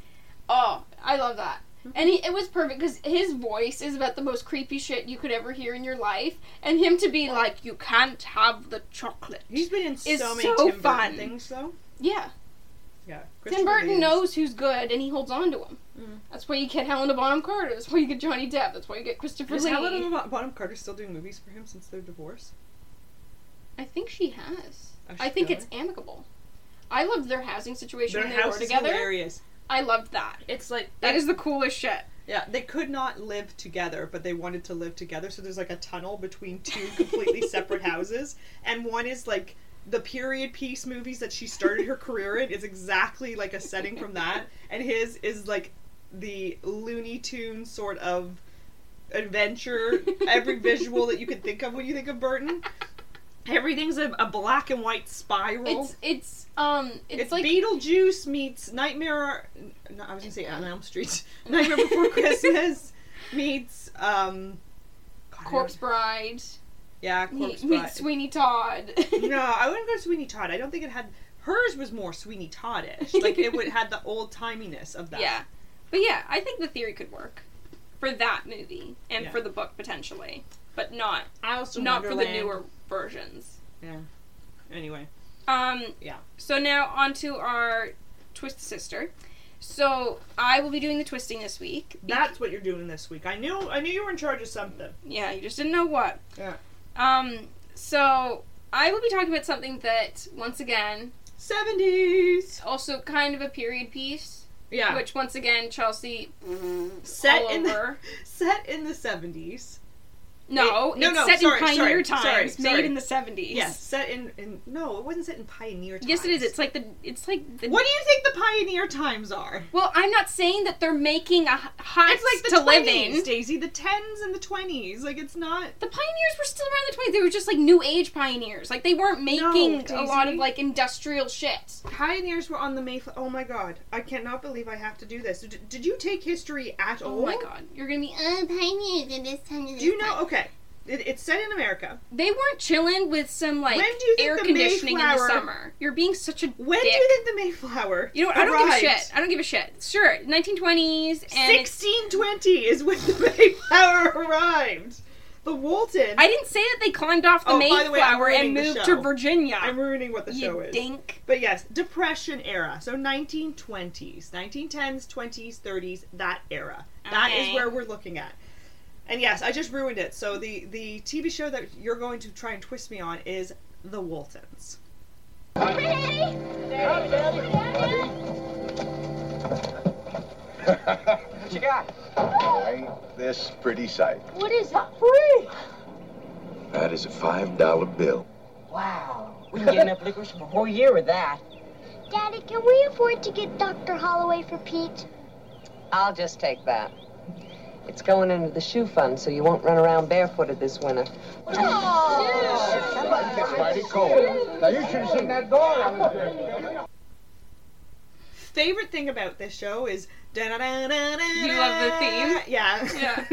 Speaker 2: Oh, I love that.
Speaker 1: Mm-hmm.
Speaker 2: And he, it was perfect because his voice is about the most creepy shit you could ever hear in your life, and him to be like, "You can't have the chocolate."
Speaker 1: He's been in
Speaker 2: It's
Speaker 1: so many
Speaker 2: so
Speaker 1: Tim Burton
Speaker 2: fun.
Speaker 1: things though.
Speaker 2: yeah,
Speaker 1: Yeah,
Speaker 2: Tim
Speaker 1: Christopher
Speaker 2: Burton
Speaker 1: Lee is-
Speaker 2: knows who's good, and he holds on to him.
Speaker 1: Mm.
Speaker 2: That's why you get Helena Bonham Carter. That's why you get Johnny Depp. That's why you get Christopher
Speaker 1: Is
Speaker 2: Lee.
Speaker 1: Helena Bon- Bonham Carter still doing movies for him since their divorce?
Speaker 2: I think she has.
Speaker 1: Oh,
Speaker 2: I
Speaker 1: she
Speaker 2: think
Speaker 1: really?
Speaker 2: it's amicable. I loved their housing situation
Speaker 1: Their
Speaker 2: when they
Speaker 1: house
Speaker 2: were
Speaker 1: is
Speaker 2: together.
Speaker 1: hilarious.
Speaker 2: I loved that.
Speaker 1: It's like
Speaker 2: That is the coolest shit.
Speaker 1: Yeah, they could not live together, but they wanted to live together. So there's like a tunnel between two completely separate houses, and one is like the period piece movies that she started her career in is exactly like a setting from that, and his is like the Looney Tune sort of adventure, every visual that you could think of when you think of Burton. Everything's a, a black and white spiral.
Speaker 2: It's it's um it's,
Speaker 1: It's,
Speaker 2: like
Speaker 1: Beetlejuice meets Nightmare. No, I was gonna say on Elm Street. Nightmare Before Christmas meets um. God, I
Speaker 2: Corpse
Speaker 1: don't-
Speaker 2: Bride,
Speaker 1: Yeah,
Speaker 2: meet
Speaker 1: Corpse
Speaker 2: meet
Speaker 1: Bride.
Speaker 2: Sweeney Todd.
Speaker 1: no, I wouldn't go Sweeney Todd. I don't think it had. Hers was more Sweeney Toddish. Like it would had the old timiness of that.
Speaker 2: yeah, but yeah, I think the theory could work for that movie and
Speaker 1: Yeah.
Speaker 2: for the book potentially, but not
Speaker 1: I also
Speaker 2: not for
Speaker 1: Wonderland.
Speaker 2: the newer versions.
Speaker 1: Anyway,
Speaker 2: Um,
Speaker 1: Yeah.
Speaker 2: So now on to our twist sister. So I will be doing the twisting this week. Be-
Speaker 1: that's what you're doing this week. I knew. I knew you were in charge of something.
Speaker 2: yeah, you just didn't know what.
Speaker 1: Yeah.
Speaker 2: Um. So I will be talking about something that once again
Speaker 1: Seventies.
Speaker 2: also kind of a period piece.
Speaker 1: Yeah.
Speaker 2: Which once again, Chelsea
Speaker 1: Set
Speaker 2: all
Speaker 1: in the-
Speaker 2: over.
Speaker 1: set in the seventies.
Speaker 2: no,
Speaker 1: It- no,
Speaker 2: it's
Speaker 1: no,
Speaker 2: set
Speaker 1: sorry,
Speaker 2: in
Speaker 1: sorry,
Speaker 2: pioneer times,
Speaker 1: sorry, sorry.
Speaker 2: made in the seventies.
Speaker 1: Yes. Set in, in. No, it wasn't set in pioneer times.
Speaker 2: yes, it is. It's like the. It's like the.
Speaker 1: What do you think the pioneer times are?
Speaker 2: Well, I'm not saying that they're making a h- hot
Speaker 1: It's like the
Speaker 2: to
Speaker 1: 20s,
Speaker 2: live in.
Speaker 1: Daisy. The tens and the twenties. Like it's not.
Speaker 2: The pioneers were still around the twenties. They were just like new age pioneers. Like they weren't making a
Speaker 1: Daisy.
Speaker 2: lot of like industrial shit.
Speaker 1: Pioneers were on the Mayflower. Oh my god! I cannot believe I have to do this. D- did you take history at all?
Speaker 2: Oh my god, you're gonna be. Uh,
Speaker 7: Uh, pioneers in this time.
Speaker 1: Do you know? Okay. It, it's set in America.
Speaker 2: They weren't chilling with some like
Speaker 1: When do you think
Speaker 2: air
Speaker 1: the
Speaker 2: conditioning in
Speaker 1: Mayflower-
Speaker 2: the summer. You're being such a
Speaker 1: When
Speaker 2: dick.
Speaker 1: do you think the Mayflower?
Speaker 2: You know what? I don't give a
Speaker 1: arrived?
Speaker 2: shit. I don't give a shit. Sure, 1920s and it's-
Speaker 1: 1620 is when the Mayflower arrived. The Walton.
Speaker 2: I didn't say that they climbed off the
Speaker 1: Oh, by the way, I'm
Speaker 2: Mayflower and
Speaker 1: ruining the
Speaker 2: moved
Speaker 1: show.
Speaker 2: to Virginia.
Speaker 1: am ruining what the
Speaker 2: you
Speaker 1: show is.
Speaker 2: dink.
Speaker 1: But yes, Depression era. So 1920s, 1910s, 20s, 30s, that era. That is
Speaker 2: Okay.
Speaker 1: where we're looking at. And yes, I just ruined it. So the the TV show that you're going to try and twist me on is The Waltons.
Speaker 7: what you got? Ain't this pretty sight?
Speaker 3: What is that?
Speaker 7: That is a five dollar bill.
Speaker 8: Wow. We can get enough licorice for a whole year with that.
Speaker 9: Daddy, can we afford to get Dr. Holloway for Pete?
Speaker 8: I'll just take that. It's going into the shoe fund, so you won't run around barefooted this winter.
Speaker 6: It's mighty cold. Now, you should have seen that dog I was there.
Speaker 1: Favorite thing about this show is You love
Speaker 2: You love the theme?
Speaker 1: Yeah.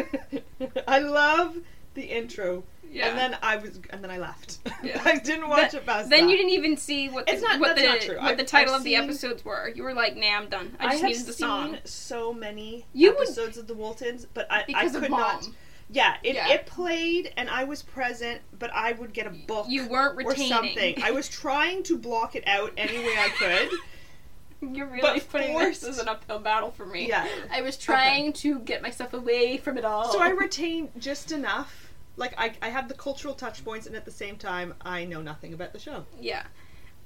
Speaker 1: I love the intro.
Speaker 2: Yeah.
Speaker 1: And then I was and then I left.
Speaker 2: Yeah.
Speaker 1: I didn't watch
Speaker 2: Th-
Speaker 1: it past
Speaker 2: Then
Speaker 1: that.
Speaker 2: you didn't even see what the,
Speaker 1: It's not-
Speaker 2: what
Speaker 1: that's
Speaker 2: the,
Speaker 1: not true.
Speaker 2: what
Speaker 1: I've-
Speaker 2: the title
Speaker 1: I've
Speaker 2: of
Speaker 1: seen-
Speaker 2: the episodes were. You were like, nah, I'm done. I
Speaker 1: I
Speaker 2: just
Speaker 1: have
Speaker 2: needed the song.
Speaker 1: seen so many
Speaker 2: You would-
Speaker 1: episodes of The Waltons, but I, I
Speaker 2: Because of
Speaker 1: could
Speaker 2: Mom.
Speaker 1: not. Yeah it,
Speaker 2: Yeah.
Speaker 1: it played and I was present, but I would get a book
Speaker 2: You weren't
Speaker 1: or
Speaker 2: retaining.
Speaker 1: something. I was trying to block it out any way I could.
Speaker 2: You're really
Speaker 1: but
Speaker 2: putting
Speaker 1: forced-
Speaker 2: this as an uphill battle for me.
Speaker 1: Yeah.
Speaker 2: I was trying to get myself away from it all.
Speaker 1: So I retained just enough. Like I, I have the cultural touch points, and at the same time, I know nothing about the show.
Speaker 2: yeah.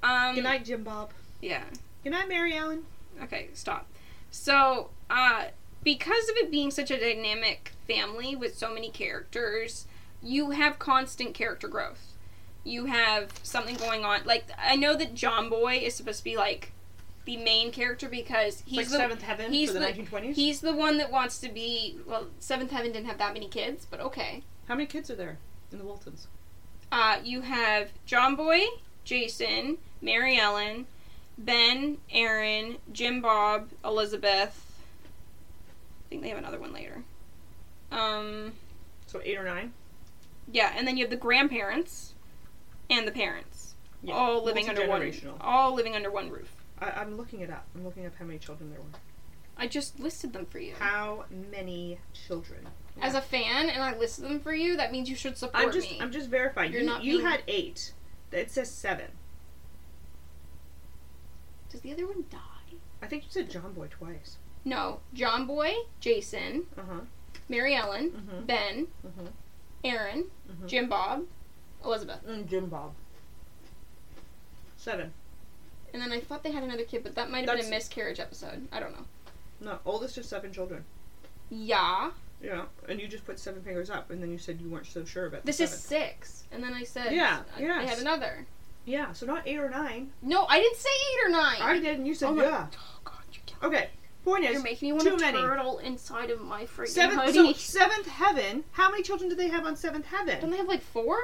Speaker 2: Um,
Speaker 1: Good night, Jim Bob.
Speaker 2: Yeah.
Speaker 1: Good night, Mary Ellen.
Speaker 2: Okay, stop. So, uh, because of it being such a dynamic family with so many characters, you have constant character growth. You have something going on. Like I know that John Boy is supposed to be like the main character because he's
Speaker 1: like
Speaker 2: the
Speaker 1: Seventh Heaven
Speaker 2: he's
Speaker 1: for the
Speaker 2: the-
Speaker 1: 1920s.
Speaker 2: he's the one that wants to be. Well, Seventh Heaven didn't have that many kids, but okay.
Speaker 1: How many kids are there in the Waltons?
Speaker 2: Uh, you have John Boy, Jason, Mary Ellen, Ben, Aaron, Jim Bob, Elizabeth. I think they have another one later. Um,
Speaker 1: So eight or nine.
Speaker 2: yeah, and then you have the grandparents and the parents.
Speaker 1: Yeah,
Speaker 2: All living under one
Speaker 1: multi-generational.
Speaker 2: all living under one roof.
Speaker 1: I, I'm looking it up. I'm looking up how many children there were.
Speaker 2: I just listed them for you.
Speaker 1: How many children?
Speaker 2: As a fan and I listed them for you, that means you should support
Speaker 1: I'm just
Speaker 2: me.
Speaker 1: I'm just verifying.
Speaker 2: You're
Speaker 1: you
Speaker 2: not
Speaker 1: you
Speaker 2: being-
Speaker 1: had eight. It says seven.
Speaker 2: Does the other one die?
Speaker 1: I think you said John Boy twice.
Speaker 2: No. John Boy, Jason,
Speaker 1: Uh huh.
Speaker 2: Mary Ellen,
Speaker 1: Mhm.
Speaker 2: Ben,
Speaker 1: Mhm.
Speaker 2: Aaron,
Speaker 1: Mm-hmm.
Speaker 2: Jim Bob, Elizabeth.
Speaker 1: And Mm, Jim Bob. Seven.
Speaker 2: And then I thought they had another kid, but that might have been
Speaker 1: That's-
Speaker 2: a miscarriage episode. I don't know.
Speaker 1: No, oldest of seven children.
Speaker 2: Yeah.
Speaker 1: Yeah, and you just put seven fingers up, and then you said you weren't so sure about the
Speaker 2: This is
Speaker 1: seven.
Speaker 2: six. And then I said,
Speaker 1: Yeah,
Speaker 2: I, I
Speaker 1: yes.
Speaker 2: had another.
Speaker 1: yeah, so not eight or nine.
Speaker 2: No, I didn't say eight or nine.
Speaker 1: I did, and you said
Speaker 2: Oh my-
Speaker 1: yeah.
Speaker 2: Oh, God, you're killing
Speaker 1: Okay, point
Speaker 2: me.
Speaker 1: is,
Speaker 2: You're making me want
Speaker 1: too
Speaker 2: to
Speaker 1: many.
Speaker 2: turtle inside of my freaking
Speaker 1: Seventh, so
Speaker 2: hoodie.
Speaker 1: seventh heaven. How many children do they have on seventh
Speaker 2: Don't
Speaker 1: heaven?
Speaker 2: they have like four?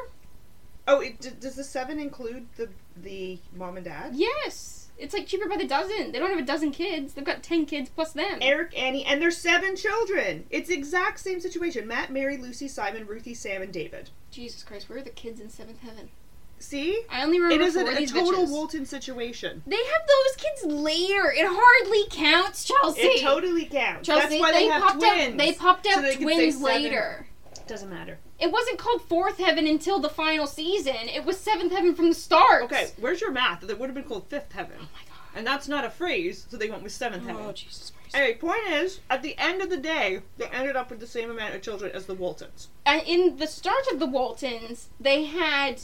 Speaker 1: Oh, it, d- does the seven include the the mom and dad?
Speaker 2: Yes. It's like cheaper by the dozen. They don't have a dozen kids. They've got ten kids plus them.
Speaker 1: Eric, Annie, and their seven children. It's the exact same situation. Matt, Mary, Lucy, Simon, Ruthie, Sam, and David.
Speaker 2: Jesus Christ, where are the kids in seventh heaven?
Speaker 1: See,
Speaker 2: I only remember
Speaker 1: it is a,
Speaker 2: four of
Speaker 1: a
Speaker 2: these
Speaker 1: total
Speaker 2: bitches.
Speaker 1: Walton situation.
Speaker 2: They have those kids later. It hardly counts, Chelsea.
Speaker 1: It totally counts.
Speaker 2: Chelsea,
Speaker 1: That's why they, have
Speaker 2: popped
Speaker 1: twins.
Speaker 2: out. They popped out
Speaker 1: so they could say
Speaker 2: twins
Speaker 1: seven.
Speaker 2: later.
Speaker 1: Doesn't matter.
Speaker 2: It wasn't called Fourth Heaven until the final season. It was Seventh Heaven from the start.
Speaker 1: Okay, where's your math? That would have been called fifth heaven.
Speaker 2: Oh my
Speaker 1: And that's not a phrase, so they went with seventh
Speaker 2: god. Oh
Speaker 1: heaven.
Speaker 2: Jesus Christ.
Speaker 1: Anyway, point is, at the end of the day, they ended up with the same amount of children as the Waltons.
Speaker 2: And in the start of the Waltons, they had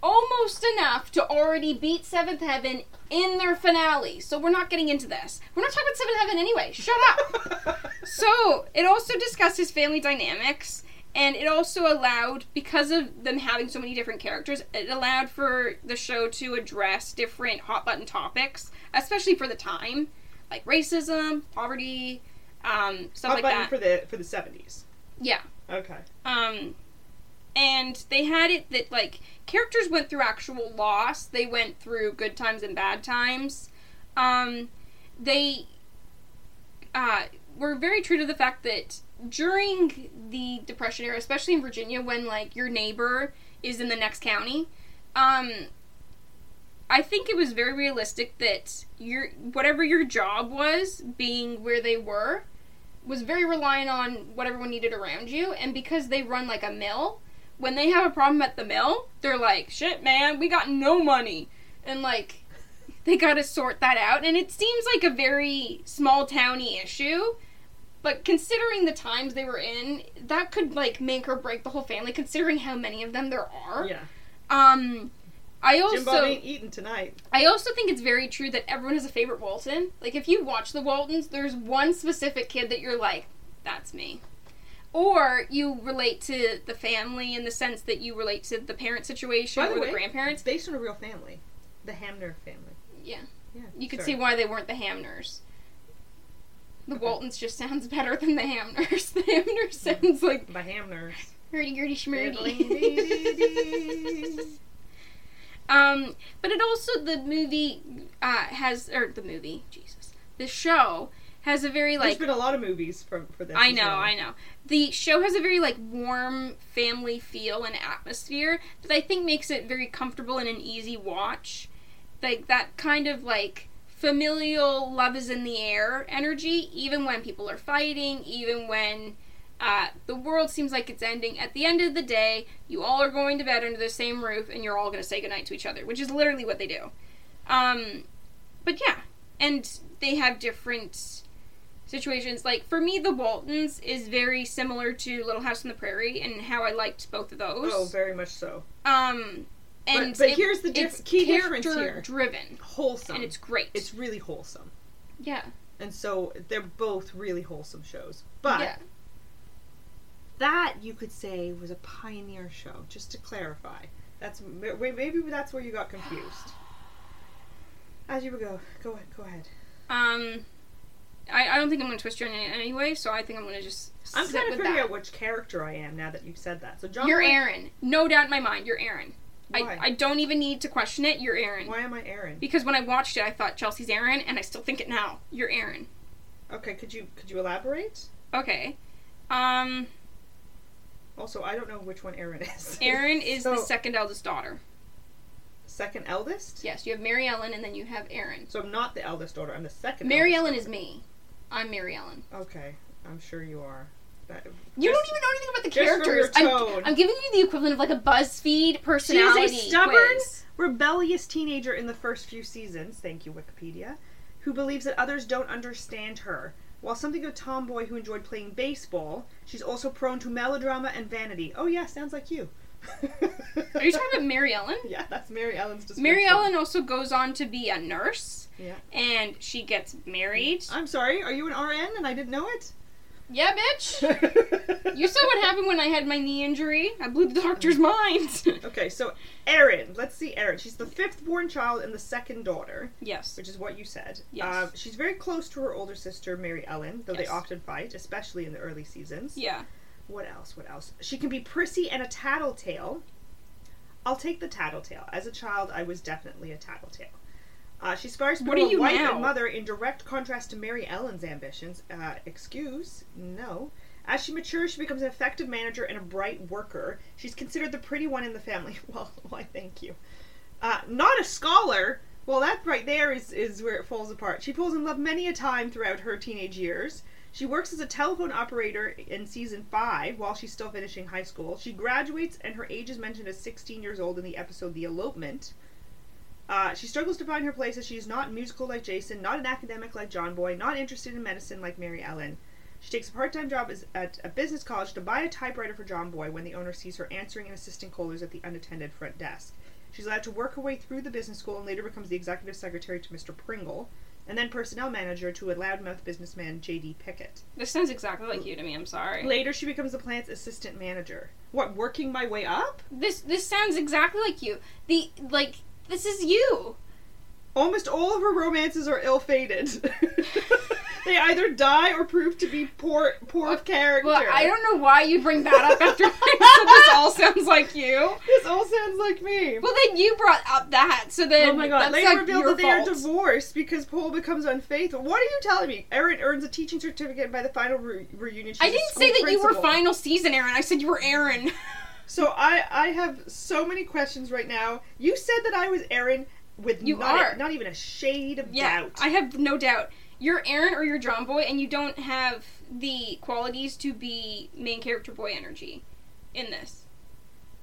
Speaker 2: almost enough to already beat Seventh Heaven in their finale. So we're not getting into this. We're not talking about Seventh Heaven anyway. Shut up. So it also discusses family dynamics, and it also allowed, because of them having so many different characters, it allowed for the show to address different hot button topics, especially for the time, like racism, poverty, um, stuff
Speaker 1: Hot
Speaker 2: like
Speaker 1: button
Speaker 2: that.
Speaker 1: for the for the seventies.
Speaker 2: yeah.
Speaker 1: Okay.
Speaker 2: Um, and they had it that like characters went through actual loss. They went through good times and bad times. Um, they uh, were very true to the fact that during the Depression era, especially in Virginia, when like your neighbor is in the next county, um, I think it was very realistic that your whatever your job was, being where they were, was very reliant on what everyone needed around you. And because they run like a mill, when they have a problem at the mill, they're like, "Shit, man, we got no money," and like they got to sort that out. And it seems like a very small towny issue. But considering the times they were in, that could like make or break the whole family. Considering how many of them there are,
Speaker 1: Yeah.
Speaker 2: um, I also
Speaker 1: Jimbo ain't eating tonight.
Speaker 2: I also think it's very true that everyone has a favorite Walton. Like, if you watch the Waltons, there's one specific kid that you're like, that's me. Or you relate to the family in the sense that you relate to the parent situation
Speaker 1: By the
Speaker 2: or
Speaker 1: way,
Speaker 2: the
Speaker 1: It's
Speaker 2: grandparents.
Speaker 1: based on a real family, the Hamner family.
Speaker 2: Yeah.
Speaker 1: Yeah.
Speaker 2: You could
Speaker 1: sure.
Speaker 2: see why they weren't the Hamners. The Waltons just sounds better than the Hamners. The Hamners sounds like
Speaker 1: by Hamners.
Speaker 2: hurdy gurdy schmurdy.
Speaker 1: Diddly-dee-dee.
Speaker 2: Um, but it also the movie uh, has or the movie Jesus the show has a very
Speaker 1: There's
Speaker 2: like
Speaker 1: been a lot of movies from for this.
Speaker 2: I
Speaker 1: as
Speaker 2: know
Speaker 1: well.
Speaker 2: I know the show has a very like warm family feel and atmosphere that I think makes it very comfortable and an easy watch like that kind of like familial love is in the air energy even when people are fighting even when uh, the world seems like it's ending. At the end of the day, you all are going to bed under the same roof and you're all going to say goodnight to each other, which is literally what they do. Um, but yeah, and they have different situations. Like, for me, The Waltons is very similar to Little House on the Prairie and how I liked both of those.
Speaker 1: Oh, very much so.
Speaker 2: um, and
Speaker 1: but here's the diff-
Speaker 2: it's
Speaker 1: key difference here.
Speaker 2: character driven,
Speaker 1: Wholesome.
Speaker 2: and it's great.
Speaker 1: it's really wholesome,
Speaker 2: yeah,
Speaker 1: and so they're both really wholesome shows. But
Speaker 2: yeah,
Speaker 1: that you could say was a pioneer show. Just to clarify, that's ma- wait, maybe that's where you got confused. As you would go, go ahead, go ahead.
Speaker 2: um. I, I don't think I'm gonna twist your name anyway, so I think I'm gonna just.
Speaker 1: I'm
Speaker 2: sit
Speaker 1: trying to
Speaker 2: with
Speaker 1: figure
Speaker 2: that.
Speaker 1: out which character I am now that you've said that. So John,
Speaker 2: You're
Speaker 1: Wayne-
Speaker 2: Aaron. No doubt in my mind, you're Aaron.
Speaker 1: Why?
Speaker 2: I, I don't even need to question it. You're Aaron.
Speaker 1: Why am I Aaron?
Speaker 2: Because when I watched it, I thought Chelsea's Aaron, and I still think it now. You're Aaron.
Speaker 1: Okay, could you could you elaborate?
Speaker 2: Okay. Um,
Speaker 1: Also, I don't know which one Aaron is.
Speaker 2: Aaron is the
Speaker 1: So-
Speaker 2: second eldest daughter.
Speaker 1: second eldest.
Speaker 2: Yes, you have Mary Ellen, and then you have Aaron.
Speaker 1: So I'm not the eldest daughter. I'm the second.
Speaker 2: Mary
Speaker 1: eldest
Speaker 2: Ellen is me. I'm Mary Ellen.
Speaker 1: daughter. Okay, I'm sure you are. That,
Speaker 2: You
Speaker 1: Just-
Speaker 2: don't even know anything about the
Speaker 1: just from your
Speaker 2: characters. I'm-
Speaker 1: tone.
Speaker 2: I'm, giving you the equivalent of like a BuzzFeed personality.
Speaker 1: stubborn-
Speaker 2: quiz.
Speaker 1: rebellious teenager in the first few seasons. Thank you, Wikipedia. Who believes that others don't understand her? While something of a tomboy who enjoyed playing baseball, she's also prone to melodrama and vanity. Oh yeah, sounds like you.
Speaker 2: Are you talking about Mary Ellen?
Speaker 1: Yeah, that's Mary Ellen's description.
Speaker 2: Mary Ellen also goes on to be a nurse,
Speaker 1: Yeah. Uh,
Speaker 2: and she gets married.
Speaker 1: I'm sorry. Are you an RN and I didn't know it?
Speaker 2: Yeah, bitch. You saw what happened when I had my knee injury. I blew the doctor's mind.
Speaker 1: Okay, so Erin. Let's see Erin. She's the fifth born child and the second daughter,
Speaker 2: yes.
Speaker 1: which is what you said.
Speaker 2: Yes.
Speaker 1: Uh, she's very close to her older sister, Mary Ellen, though they
Speaker 2: Yes.
Speaker 1: often fight, especially in the early seasons.
Speaker 2: Yeah.
Speaker 1: What else? What else? She can be prissy and a tattletale. I'll take the tattletale. As a child, I was definitely a tattletale. Uh, she aspires to
Speaker 2: What
Speaker 1: become
Speaker 2: are
Speaker 1: a
Speaker 2: you
Speaker 1: wife
Speaker 2: now?
Speaker 1: and mother in direct contrast to Mary Ellen's ambitions. Uh, excuse? No. As she matures, she becomes an effective manager and a bright worker. She's considered the pretty one in the family. Well, why, thank you. Uh, not a scholar. Well, that right there is, is where it falls apart. She falls in love many a time throughout her teenage years. She works as a telephone operator in season five while she's still finishing high school. She graduates, and her age is mentioned as 16 years old in the episode The Elopement. Uh, she struggles to find her place as she is not musical like Jason, not an academic like John Boy, not interested in medicine like Mary Ellen. She takes a part time job as, at a business college to buy a typewriter for John Boy when the owner sees her answering and assisting callers at the unattended front desk. She's allowed to work her way through the business school and later becomes the executive secretary to Mr. Pringle, and then personnel manager to a loudmouth businessman, J.D. Pickett.
Speaker 2: This sounds exactly like you to me. I'm sorry.
Speaker 1: Later, she becomes the plant's assistant manager. What, working my way up?
Speaker 2: This this sounds exactly like you. The like this is you.
Speaker 1: Almost all of her romances are ill fated. They either die or prove to be poor, poor of character.
Speaker 2: Well, I don't know why you bring that up after so this all sounds like you.
Speaker 1: This all sounds like me.
Speaker 2: Well, then you brought up that, so then
Speaker 1: oh my god!
Speaker 2: that's
Speaker 1: They
Speaker 2: like
Speaker 1: reveal
Speaker 2: your
Speaker 1: that they are
Speaker 2: fault.
Speaker 1: divorced because Paul becomes unfaithful. What are you telling me? Erin earns a teaching certificate by the final re- reunion. She's
Speaker 2: I
Speaker 1: a
Speaker 2: didn't
Speaker 1: school
Speaker 2: say that you were
Speaker 1: principal.
Speaker 2: final season, Aaron. I said you were Aaron.
Speaker 1: So I, I have so many questions right now. You said that I was Erin with
Speaker 2: You
Speaker 1: not, e-,
Speaker 2: are.
Speaker 1: not even a shade of
Speaker 2: Yeah,
Speaker 1: doubt.
Speaker 2: I have no doubt. You're Aaron or you're John Boy, and you don't have the qualities to be main character boy energy in this.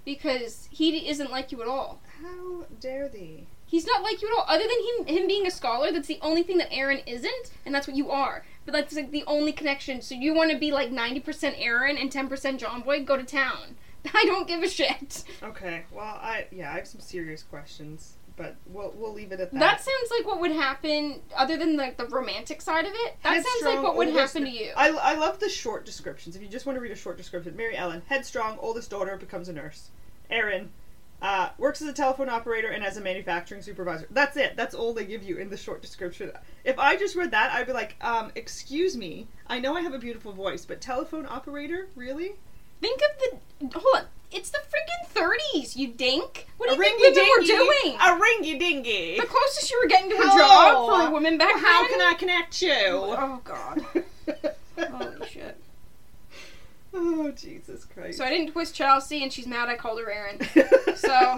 Speaker 2: Because he isn't like you at all.
Speaker 1: How dare thee?
Speaker 2: He's not like you at all. Other than him, him being a scholar, that's the only thing that Aaron isn't, and that's what you are. But that's like the only connection. So you want to be like 90% Aaron and 10% John Boy? Go to town. I don't give a shit.
Speaker 1: Okay, well I yeah I have some serious questions, but we'll we'll leave it at that.
Speaker 2: That sounds like what would happen, other than like the romantic side of it. That sounds like
Speaker 1: Headstrong,
Speaker 2: what would
Speaker 1: oldest-
Speaker 2: happen to you.
Speaker 1: I, I love the short descriptions. If you just want to read a short description, Mary Ellen, headstrong, oldest daughter, becomes a nurse. Erin, uh, works as a telephone operator and as a manufacturing supervisor. That's it. That's all they give you in the short description. If I just read that, I'd be like, um, excuse me, I know I have a beautiful voice, but telephone operator? Really?
Speaker 2: Think of the hold on. It's the freaking thirties, you dink. What do
Speaker 1: a
Speaker 2: you think
Speaker 1: ringy
Speaker 2: women
Speaker 1: dingy.
Speaker 2: were doing?
Speaker 1: A ringy dingy.
Speaker 2: the closest you were getting to a
Speaker 1: Hello.
Speaker 2: job for a woman back
Speaker 1: How
Speaker 2: then.
Speaker 1: can I connect you?
Speaker 2: Oh god. Holy shit.
Speaker 1: oh, Jesus Christ.
Speaker 2: So I didn't twist Chelsea, and she's mad. I called her Aaron.
Speaker 1: so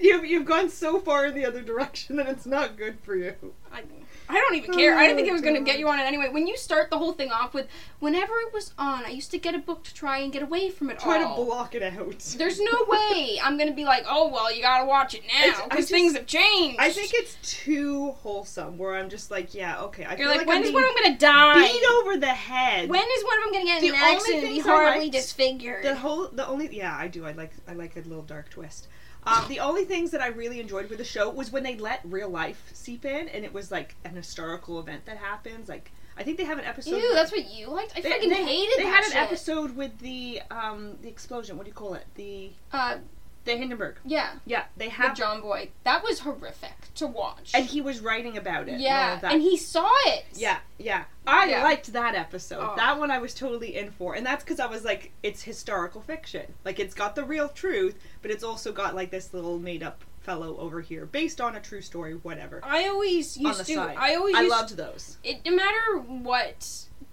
Speaker 1: you've you've gone so far in the other direction that it's not good for you.
Speaker 2: I, I don't even care. I didn't think it was going to get you on it anyway. When you start the whole thing off with, whenever it was on, I used to get a book to try and get away from it
Speaker 1: Try
Speaker 2: all.
Speaker 1: to block it out.
Speaker 2: There's no way I'm going to be like, oh well, you got to watch it
Speaker 1: It's-
Speaker 2: now
Speaker 1: I
Speaker 2: because
Speaker 1: just-
Speaker 2: things have changed.
Speaker 1: I think it's too wholesome. Where I'm just like, yeah, okay. I
Speaker 2: you're
Speaker 1: feel
Speaker 2: like,
Speaker 1: like
Speaker 2: when
Speaker 1: I'm
Speaker 2: is
Speaker 1: being
Speaker 2: when I'm going to die?
Speaker 1: beat over the head.
Speaker 2: When is one of them gonna get
Speaker 1: The
Speaker 2: in an
Speaker 1: only
Speaker 2: accident and be
Speaker 1: things I
Speaker 2: horribly
Speaker 1: liked-
Speaker 2: disfigured?
Speaker 1: the whole the only yeah I do I like I like a little dark twist. Um, the only things that I really enjoyed with the show was when they let real life seep in, and it was like an historical event that happens. Like I think they have an episode.
Speaker 2: Ew, that's what you liked. I
Speaker 1: they,
Speaker 2: fucking
Speaker 1: they-
Speaker 2: hated
Speaker 1: They
Speaker 2: that
Speaker 1: had an
Speaker 2: shit.
Speaker 1: episode with the um the explosion. What do you call it? The
Speaker 2: Uh,
Speaker 1: the Hindenburg.
Speaker 2: yeah,
Speaker 1: Yeah, they
Speaker 2: with
Speaker 1: have.
Speaker 2: John Boy. That was horrific to watch.
Speaker 1: and he was writing about it. and all
Speaker 2: yeah,
Speaker 1: of that.
Speaker 2: and he saw it.
Speaker 1: Yeah, yeah. I
Speaker 2: Yeah.
Speaker 1: liked that episode.
Speaker 2: Oh.
Speaker 1: That one I was totally in for, and that's because I was like, it's historical fiction. Like it's got the real truth, but it's also got like this little made up fellow over here based on a true story, whatever.
Speaker 2: I always
Speaker 1: on
Speaker 2: used
Speaker 1: the
Speaker 2: to.
Speaker 1: side,
Speaker 2: I always
Speaker 1: I
Speaker 2: used
Speaker 1: loved those.
Speaker 2: it. No matter what,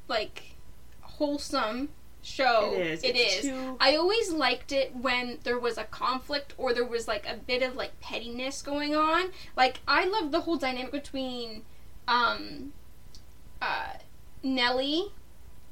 Speaker 2: like wholesome show
Speaker 1: it is.
Speaker 2: it
Speaker 1: it's
Speaker 2: is.
Speaker 1: Too,
Speaker 2: I always liked it when there was a conflict or there was like a bit of like pettiness going on. Like I love the whole dynamic between um uh Nellie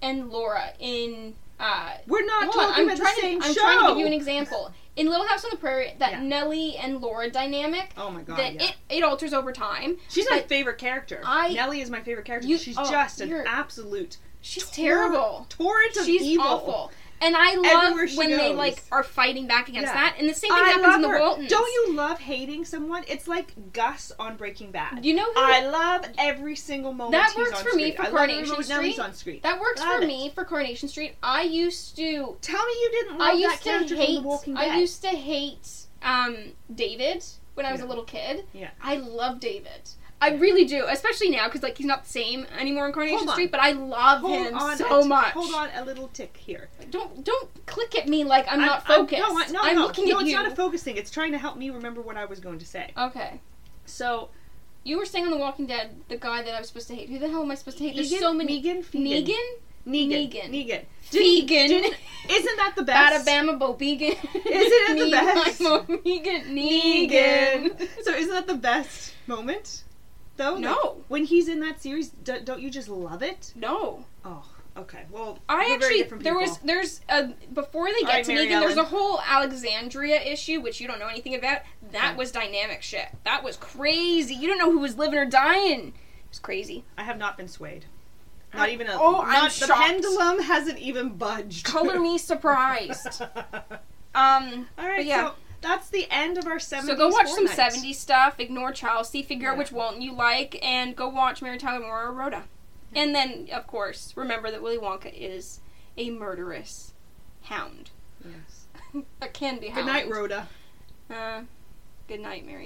Speaker 2: and Laura in uh
Speaker 1: we're not
Speaker 2: hold on,
Speaker 1: talking
Speaker 2: I'm
Speaker 1: about
Speaker 2: trying
Speaker 1: the same
Speaker 2: to, I'm
Speaker 1: show.
Speaker 2: trying to give you an example. In Little House on the Prairie, that
Speaker 1: Yeah.
Speaker 2: Nellie and Laura dynamic
Speaker 1: oh my god!
Speaker 2: that
Speaker 1: yeah.
Speaker 2: it, it alters over time.
Speaker 1: She's my
Speaker 2: but
Speaker 1: favorite character.
Speaker 2: I-
Speaker 1: Nellie is my favorite character.
Speaker 2: You-
Speaker 1: She's
Speaker 2: oh,
Speaker 1: just an
Speaker 2: you're-
Speaker 1: absolute
Speaker 2: She's
Speaker 1: tor-
Speaker 2: terrible.
Speaker 1: torrent of
Speaker 2: She's
Speaker 1: evil.
Speaker 2: awful. And I love
Speaker 1: Everywhere she
Speaker 2: when they
Speaker 1: goes.
Speaker 2: like are fighting back against
Speaker 1: Yeah.
Speaker 2: that. And the same thing
Speaker 1: I
Speaker 2: happens
Speaker 1: love
Speaker 2: in the
Speaker 1: her.
Speaker 2: Waltons.
Speaker 1: Don't you love hating someone? It's like Gus on Breaking Bad.
Speaker 2: You know who
Speaker 1: I love every single moment.
Speaker 2: That
Speaker 1: he's
Speaker 2: works
Speaker 1: on
Speaker 2: for me
Speaker 1: screen.
Speaker 2: for
Speaker 1: I love
Speaker 2: Coronation
Speaker 1: every moment Nelly's
Speaker 2: Street.
Speaker 1: on screen.
Speaker 2: That works
Speaker 1: Love
Speaker 2: for
Speaker 1: it.
Speaker 2: me for Coronation Street. I used to
Speaker 1: Tell me you didn't love
Speaker 2: I used
Speaker 1: that
Speaker 2: to
Speaker 1: character from
Speaker 2: hate
Speaker 1: The Walking Dead.
Speaker 2: I used to hate um David when I was
Speaker 1: Yeah.
Speaker 2: a little kid.
Speaker 1: Yeah.
Speaker 2: I love David. I really do, especially now cuz like he's not the same anymore in Coronation
Speaker 1: Hold on.
Speaker 2: Street, but I love
Speaker 1: hold
Speaker 2: him
Speaker 1: on
Speaker 2: so
Speaker 1: a,
Speaker 2: much.
Speaker 1: Hold on a little tick here.
Speaker 2: Don't don't click at me like I'm, not
Speaker 1: I'm-
Speaker 2: focused.
Speaker 1: no, I- no,
Speaker 2: I'm
Speaker 1: no,
Speaker 2: looking
Speaker 1: no,
Speaker 2: at
Speaker 1: it's
Speaker 2: you.
Speaker 1: not a focusing. It's trying to help me remember what I was going to say.
Speaker 2: okay.
Speaker 1: So
Speaker 2: You were saying on The Walking Dead, the guy that I was supposed to hate. Who the hell am I supposed to hate? There's
Speaker 1: Negan-
Speaker 2: so many
Speaker 1: Negan, Fegan.
Speaker 2: Negan?
Speaker 1: Negan,
Speaker 2: Negan.
Speaker 1: Negan. Didn't-
Speaker 2: Vegan.
Speaker 1: didn't- Isn't that the best?
Speaker 2: Alabama Bo Vegan. Isn't
Speaker 1: it the best?
Speaker 2: Vegan. Negan.
Speaker 1: Negan. so isn't that the best moment? Though,
Speaker 2: No.
Speaker 1: Like, when he's in that series, d- don't you just love it?
Speaker 2: No.
Speaker 1: Oh, okay. Well,
Speaker 2: I
Speaker 1: we're very
Speaker 2: actually
Speaker 1: different
Speaker 2: there
Speaker 1: people.
Speaker 2: was there's a before they get
Speaker 1: Alright,
Speaker 2: to
Speaker 1: Mary
Speaker 2: Negan there's a
Speaker 1: Ellen.
Speaker 2: whole Alexandria issue which you don't know anything about. That was dynamic shit. That was crazy. You don't know who was living or dying. It was crazy.
Speaker 1: I have not been swayed. Not even a.
Speaker 2: oh, I'm
Speaker 1: not- The
Speaker 2: shocked.
Speaker 1: pendulum hasn't even budged.
Speaker 2: Color me surprised. Um,
Speaker 1: All right,
Speaker 2: But yeah.
Speaker 1: so that's the end of our 70s.
Speaker 2: so go watch some
Speaker 1: fortnight.
Speaker 2: '70s stuff. Ignore Chelsea. Figure out
Speaker 1: Yeah.
Speaker 2: which Walton you like, and go watch Mary Tyler Moore or Rhoda. And then, of course, remember that Willy Wonka is a murderous hound,
Speaker 1: Yes.
Speaker 2: a candy hound.
Speaker 1: Good night, Rhoda.
Speaker 2: Uh, good night, Mary